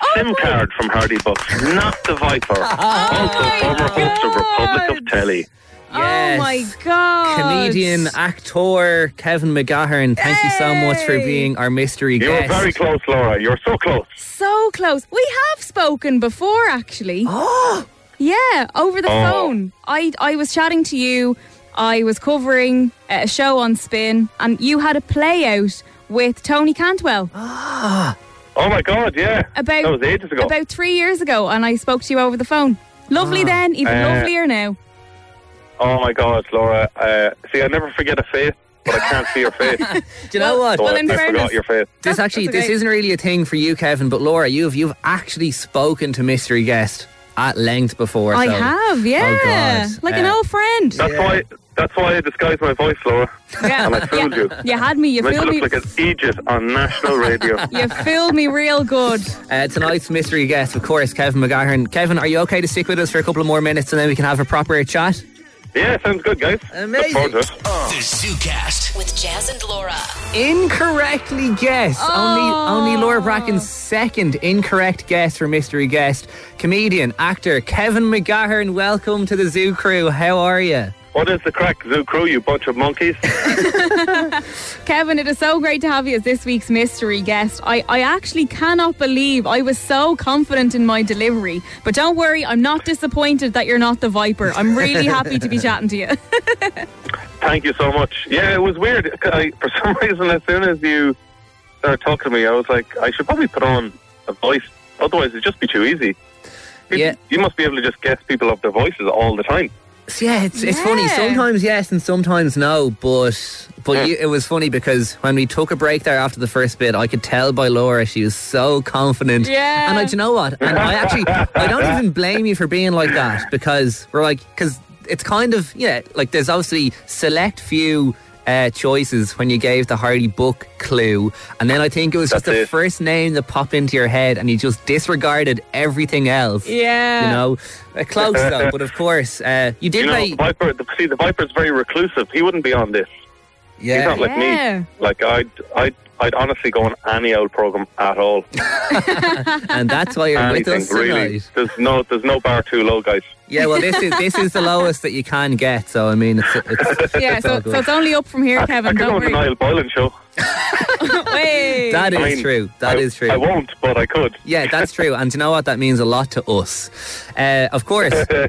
Speaker 3: Oh,
Speaker 13: SIM card from Hardy Bucks, not the Viper. also, former host Oh, of Republic of Telly.
Speaker 3: Oh,
Speaker 2: Yes.
Speaker 3: my God.
Speaker 2: Comedian, actor Kevin McGahern. Thank you so much for being our mystery
Speaker 13: You were
Speaker 2: guest.
Speaker 13: very close, Laura. You're so close.
Speaker 3: So close. We have spoken before, actually.
Speaker 2: Oh,
Speaker 3: Yeah, over the
Speaker 13: Oh.
Speaker 3: phone. I I was chatting to you. I was covering uh, a show on Spin, and you had a play out with Tony Cantwell.
Speaker 13: Oh my God, yeah.
Speaker 3: about
Speaker 13: that was ages ago.
Speaker 3: About three years ago, and I spoke to you over the phone. Lovely then, even
Speaker 13: Uh,
Speaker 3: lovelier now.
Speaker 13: oh my God, Laura. Uh, see, I never forget a face, but I can't see your face. Do
Speaker 2: you know what?
Speaker 13: So I, I forgot your face.
Speaker 2: This actually, this isn't really a thing for you, Kevin, but Laura, you've you've actually spoken to mystery guest at length before.
Speaker 3: I
Speaker 2: so-
Speaker 3: have, yeah,
Speaker 2: Oh, God.
Speaker 3: like an
Speaker 2: Uh,
Speaker 3: old friend.
Speaker 13: That's why. That's why I disguised my voice, Laura.
Speaker 3: Yeah.
Speaker 13: And I fooled you.
Speaker 3: You had me. You
Speaker 13: Make
Speaker 3: fooled
Speaker 13: me
Speaker 3: me.
Speaker 13: look like an idiot on national radio.
Speaker 3: You fooled me real good.
Speaker 2: Uh, tonight's mystery guest, of course, Kevin McGahern. Kevin, are you okay to stick with us for a couple of more minutes and then we can have a proper chat?
Speaker 13: Yeah, sounds good, guys.
Speaker 2: Amazing.
Speaker 13: Look forward to it.
Speaker 1: The ZooCast.
Speaker 5: With Jazz and Laura.
Speaker 2: Incorrectly guessed. Only, only Laura Bracken's second incorrect guess for mystery guest. Comedian, actor Kevin McGahern. Welcome to the Zoo Crew. How are you?
Speaker 13: What is the crack, Zoo Crew? You bunch of monkeys.
Speaker 3: Kevin, it is so great to have you as this week's mystery guest. I, I actually cannot believe I was so confident in my delivery. But don't worry, I'm not disappointed that you're not the Viper. I'm really happy to be chatting to you.
Speaker 13: Thank you so much. Yeah, it was weird. I, for some reason, as soon as you started talking to me, I was like, I should probably put on a voice. Otherwise, it'd just be too easy. People-
Speaker 2: Yeah.
Speaker 13: You must be able to just guess people off their voices all the time.
Speaker 2: So, yeah, it's, it's funny. Sometimes yes and sometimes no, but but you, it was funny because when we took a break there after the first bit, I could tell by Laura she was so confident.
Speaker 5: Yeah.
Speaker 2: And I, do you know what? And I actually I don't even blame you for being like that because we're like because it's kind of yeah like there's obviously select few. Uh, choices when you gave the Hardy book clue, and then I think it was just the first name that popped into your head, and you just disregarded everything else.
Speaker 3: Yeah.
Speaker 2: you know, uh, close though. But of course, uh, you did
Speaker 13: you know,
Speaker 2: play.
Speaker 13: Viper. The, see, the Viper's very reclusive. He wouldn't be on this.
Speaker 2: Yeah.
Speaker 13: He's not like
Speaker 3: Yeah.
Speaker 13: me. Like I'd, I'd, I'd honestly go on any old program at all.
Speaker 2: and that's why you're
Speaker 13: Anything
Speaker 2: with us
Speaker 13: really.
Speaker 2: tonight.
Speaker 13: There's no, there's no bar too low, guys.
Speaker 2: Yeah, well, this is this is the lowest that you can get. So I mean, it's, it's
Speaker 3: Yeah,
Speaker 2: it's
Speaker 3: so,
Speaker 2: all
Speaker 3: so
Speaker 2: good.
Speaker 3: it's only up from here, Kevin.
Speaker 13: I could go
Speaker 3: Don't
Speaker 13: on the
Speaker 3: worry.
Speaker 13: Niall Boylan show.
Speaker 3: Hey.
Speaker 2: that is
Speaker 13: I mean,
Speaker 2: true. That is true.
Speaker 13: I won't, but I could.
Speaker 2: Yeah, that's true. And do you know what? That means a lot to us. Uh, of course, uh,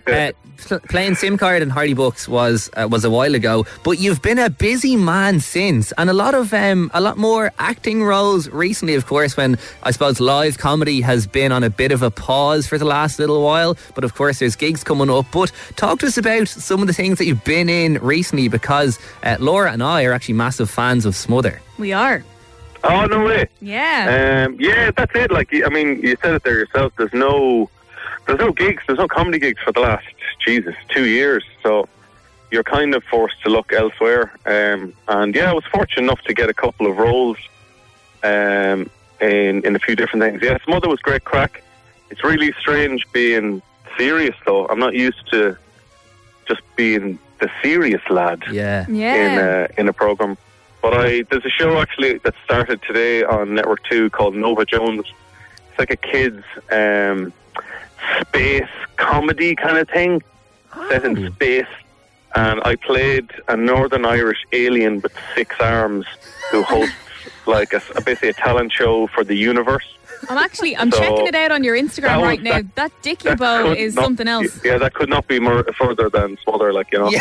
Speaker 2: pl- playing SIM card and Hardy Books was uh, was a while ago, but you've been a busy man since, and a lot of um, a lot more acting roles recently. Of course, when I suppose live comedy has been on a bit of a pause for the last little while, but of course there's gigs coming up. But talk to us about some of the things that you've been in recently, because uh, Laura and I are actually massive fans of Smother.
Speaker 3: We are.
Speaker 13: Oh no way.
Speaker 3: Yeah.
Speaker 13: Um, yeah, that's it. Like you- I mean, you said it there yourself. There's no, there's no gigs. There's no comedy gigs for the last Jesus two years. So you're kind of forced to look elsewhere. Um, and yeah, I was fortunate enough to get a couple of roles um, in in a few different things. Yeah, Smother was great crack. It's really strange being serious though. I'm not used to just being the serious lad
Speaker 2: Yeah.
Speaker 13: Eh, in uh, a, in a program. But I there's a show actually that started today on Network Two called Nova Jones. It's like a kids um, space comedy kind of thing
Speaker 3: Ah.
Speaker 13: set in space. And I played a Northern Irish alien with six arms who hosts like a, basically a talent show for the universe.
Speaker 3: I'm actually I'm
Speaker 13: So-
Speaker 3: checking it out on your Instagram
Speaker 13: That
Speaker 3: right
Speaker 13: was-
Speaker 3: now. That, Dicky Bow
Speaker 13: Could
Speaker 3: is
Speaker 13: not-
Speaker 3: something else.
Speaker 13: Yeah, that could not be more further than smother. Like you know.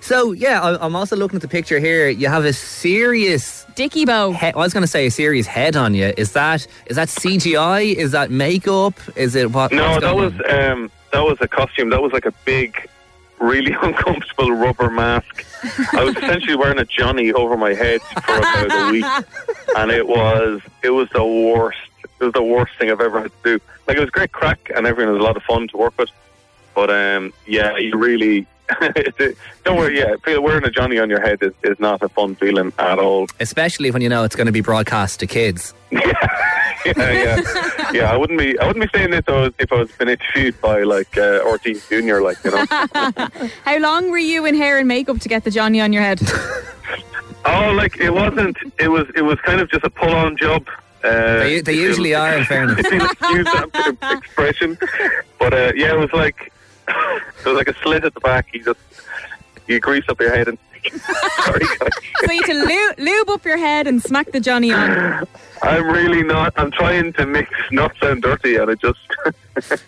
Speaker 2: So yeah, I- I'm also looking at the picture here. You have a serious
Speaker 3: dicky bow.
Speaker 2: I was going to say a serious head on you. Is that is that CGI? Is that makeup? Is it what?
Speaker 13: No,
Speaker 2: what's
Speaker 13: that
Speaker 2: going
Speaker 13: was
Speaker 2: on?
Speaker 13: um, that was a costume. That was like a big, really uncomfortable rubber mask. I was essentially wearing a Johnny over my head for about a week, and it was it was the worst. It was the worst thing I've ever had to do. Like it was great crack, and everyone was a lot of fun to work with. But um, yeah, you really don't worry. Yeah, feel- wearing a Johnny on your head is, is not a fun feeling at all.
Speaker 2: Especially when you know it's going to be broadcast to kids.
Speaker 13: yeah, yeah, yeah. I wouldn't be, I wouldn't be saying this if I was, if I was being interviewed by like uh, Ortiz Junior, like you know.
Speaker 3: How long were you in hair and makeup to get the Johnny on your head?
Speaker 13: oh, like it wasn't. It was, it was kind of just a pull-on job. Uh,
Speaker 2: They, they usually are, in fairness.
Speaker 13: It's an excuse that expression, but uh, yeah, it was like it was like a slit at the back. You just you grease up your head and
Speaker 3: so you need to lu- lube up your head and smack the Johnny on.
Speaker 13: I'm really not. I'm trying to mix not sound dirty, and it just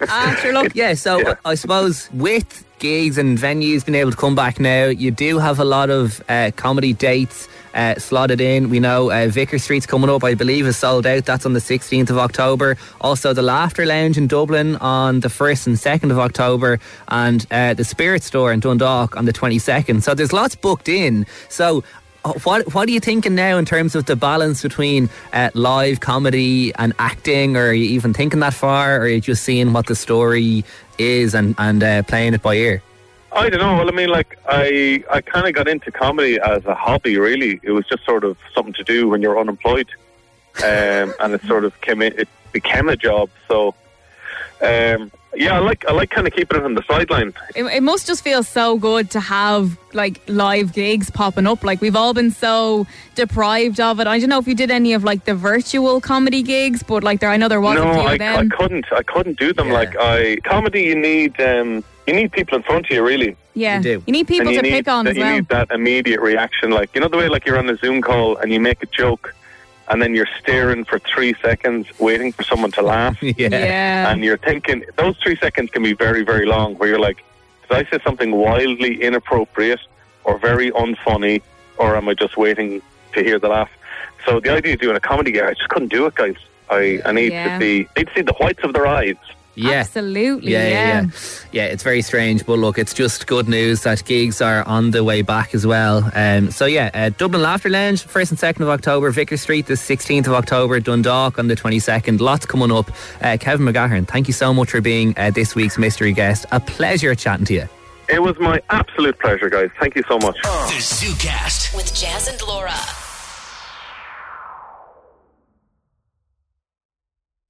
Speaker 3: Ah,
Speaker 2: Yeah, so I I suppose with gigs and venues being able to come back now, you do have a lot of uh, comedy dates uh, slotted in. We know uh, Vicker Street's coming up, I believe, is sold out. That's on the 16th of October. Also, the Laughter Lounge in Dublin on the 1st and 2nd of October, and uh, the Spirit Store in Dundalk on the 22nd. So there's lots booked in. So uh, what what are you thinking now in terms of the balance between uh, live comedy and acting? Or are you even thinking that far? Or are you just seeing what the story is and and uh, playing it by ear?
Speaker 13: I don't know. Well, I mean, like I, I kind of got into comedy as a hobby. Really, it was just sort of something to do when you're unemployed, um, and it sort of came in. It became a job. So, um, yeah, I like I like kind of keeping it on the sideline.
Speaker 3: It, it must just feel so good to have like live gigs popping up. Like we've all been so deprived of it. I don't know if you did any of like the virtual comedy gigs, but like there, I know there was
Speaker 13: no,
Speaker 3: a few
Speaker 13: I,
Speaker 3: of them.
Speaker 13: I couldn't. I couldn't do them. Like I comedy, you need um, you need people in front of you, really.
Speaker 3: yeah, you need people
Speaker 13: And you
Speaker 3: to pick
Speaker 13: need
Speaker 3: on
Speaker 13: that,
Speaker 3: as
Speaker 13: You
Speaker 3: well.
Speaker 13: need that immediate reaction, like you know the way like you're on a Zoom call and you make a joke, and then you're staring for three seconds, waiting for someone to laugh.
Speaker 2: yeah.
Speaker 3: Um,
Speaker 5: Yeah.
Speaker 13: And you're thinking those three seconds can be very very long, where you're like, did I say something wildly inappropriate or very unfunny, or am I just waiting to hear the laugh? So the idea of doing a comedy gig, I just couldn't do it, guys. I, I need
Speaker 3: Yeah.
Speaker 13: to see, need to see the whites of their eyes.
Speaker 2: Yeah.
Speaker 3: Absolutely,
Speaker 2: Yeah,
Speaker 3: yeah.
Speaker 2: yeah, yeah. Yeah, it's very strange, but look, it's just good news that gigs are on the way back as well. Um, so yeah, uh, Dublin Laughter Lounge, first and second of October, Vicker Street, the sixteenth of October, Dundalk on the twenty second. Lots coming up. Uh, Kevin McGahern, thank you so much for being uh, this week's mystery guest. A pleasure chatting to you.
Speaker 13: It was my absolute pleasure, guys. Thank you so much.
Speaker 1: The ZooCast.
Speaker 5: With Jazz and Laura.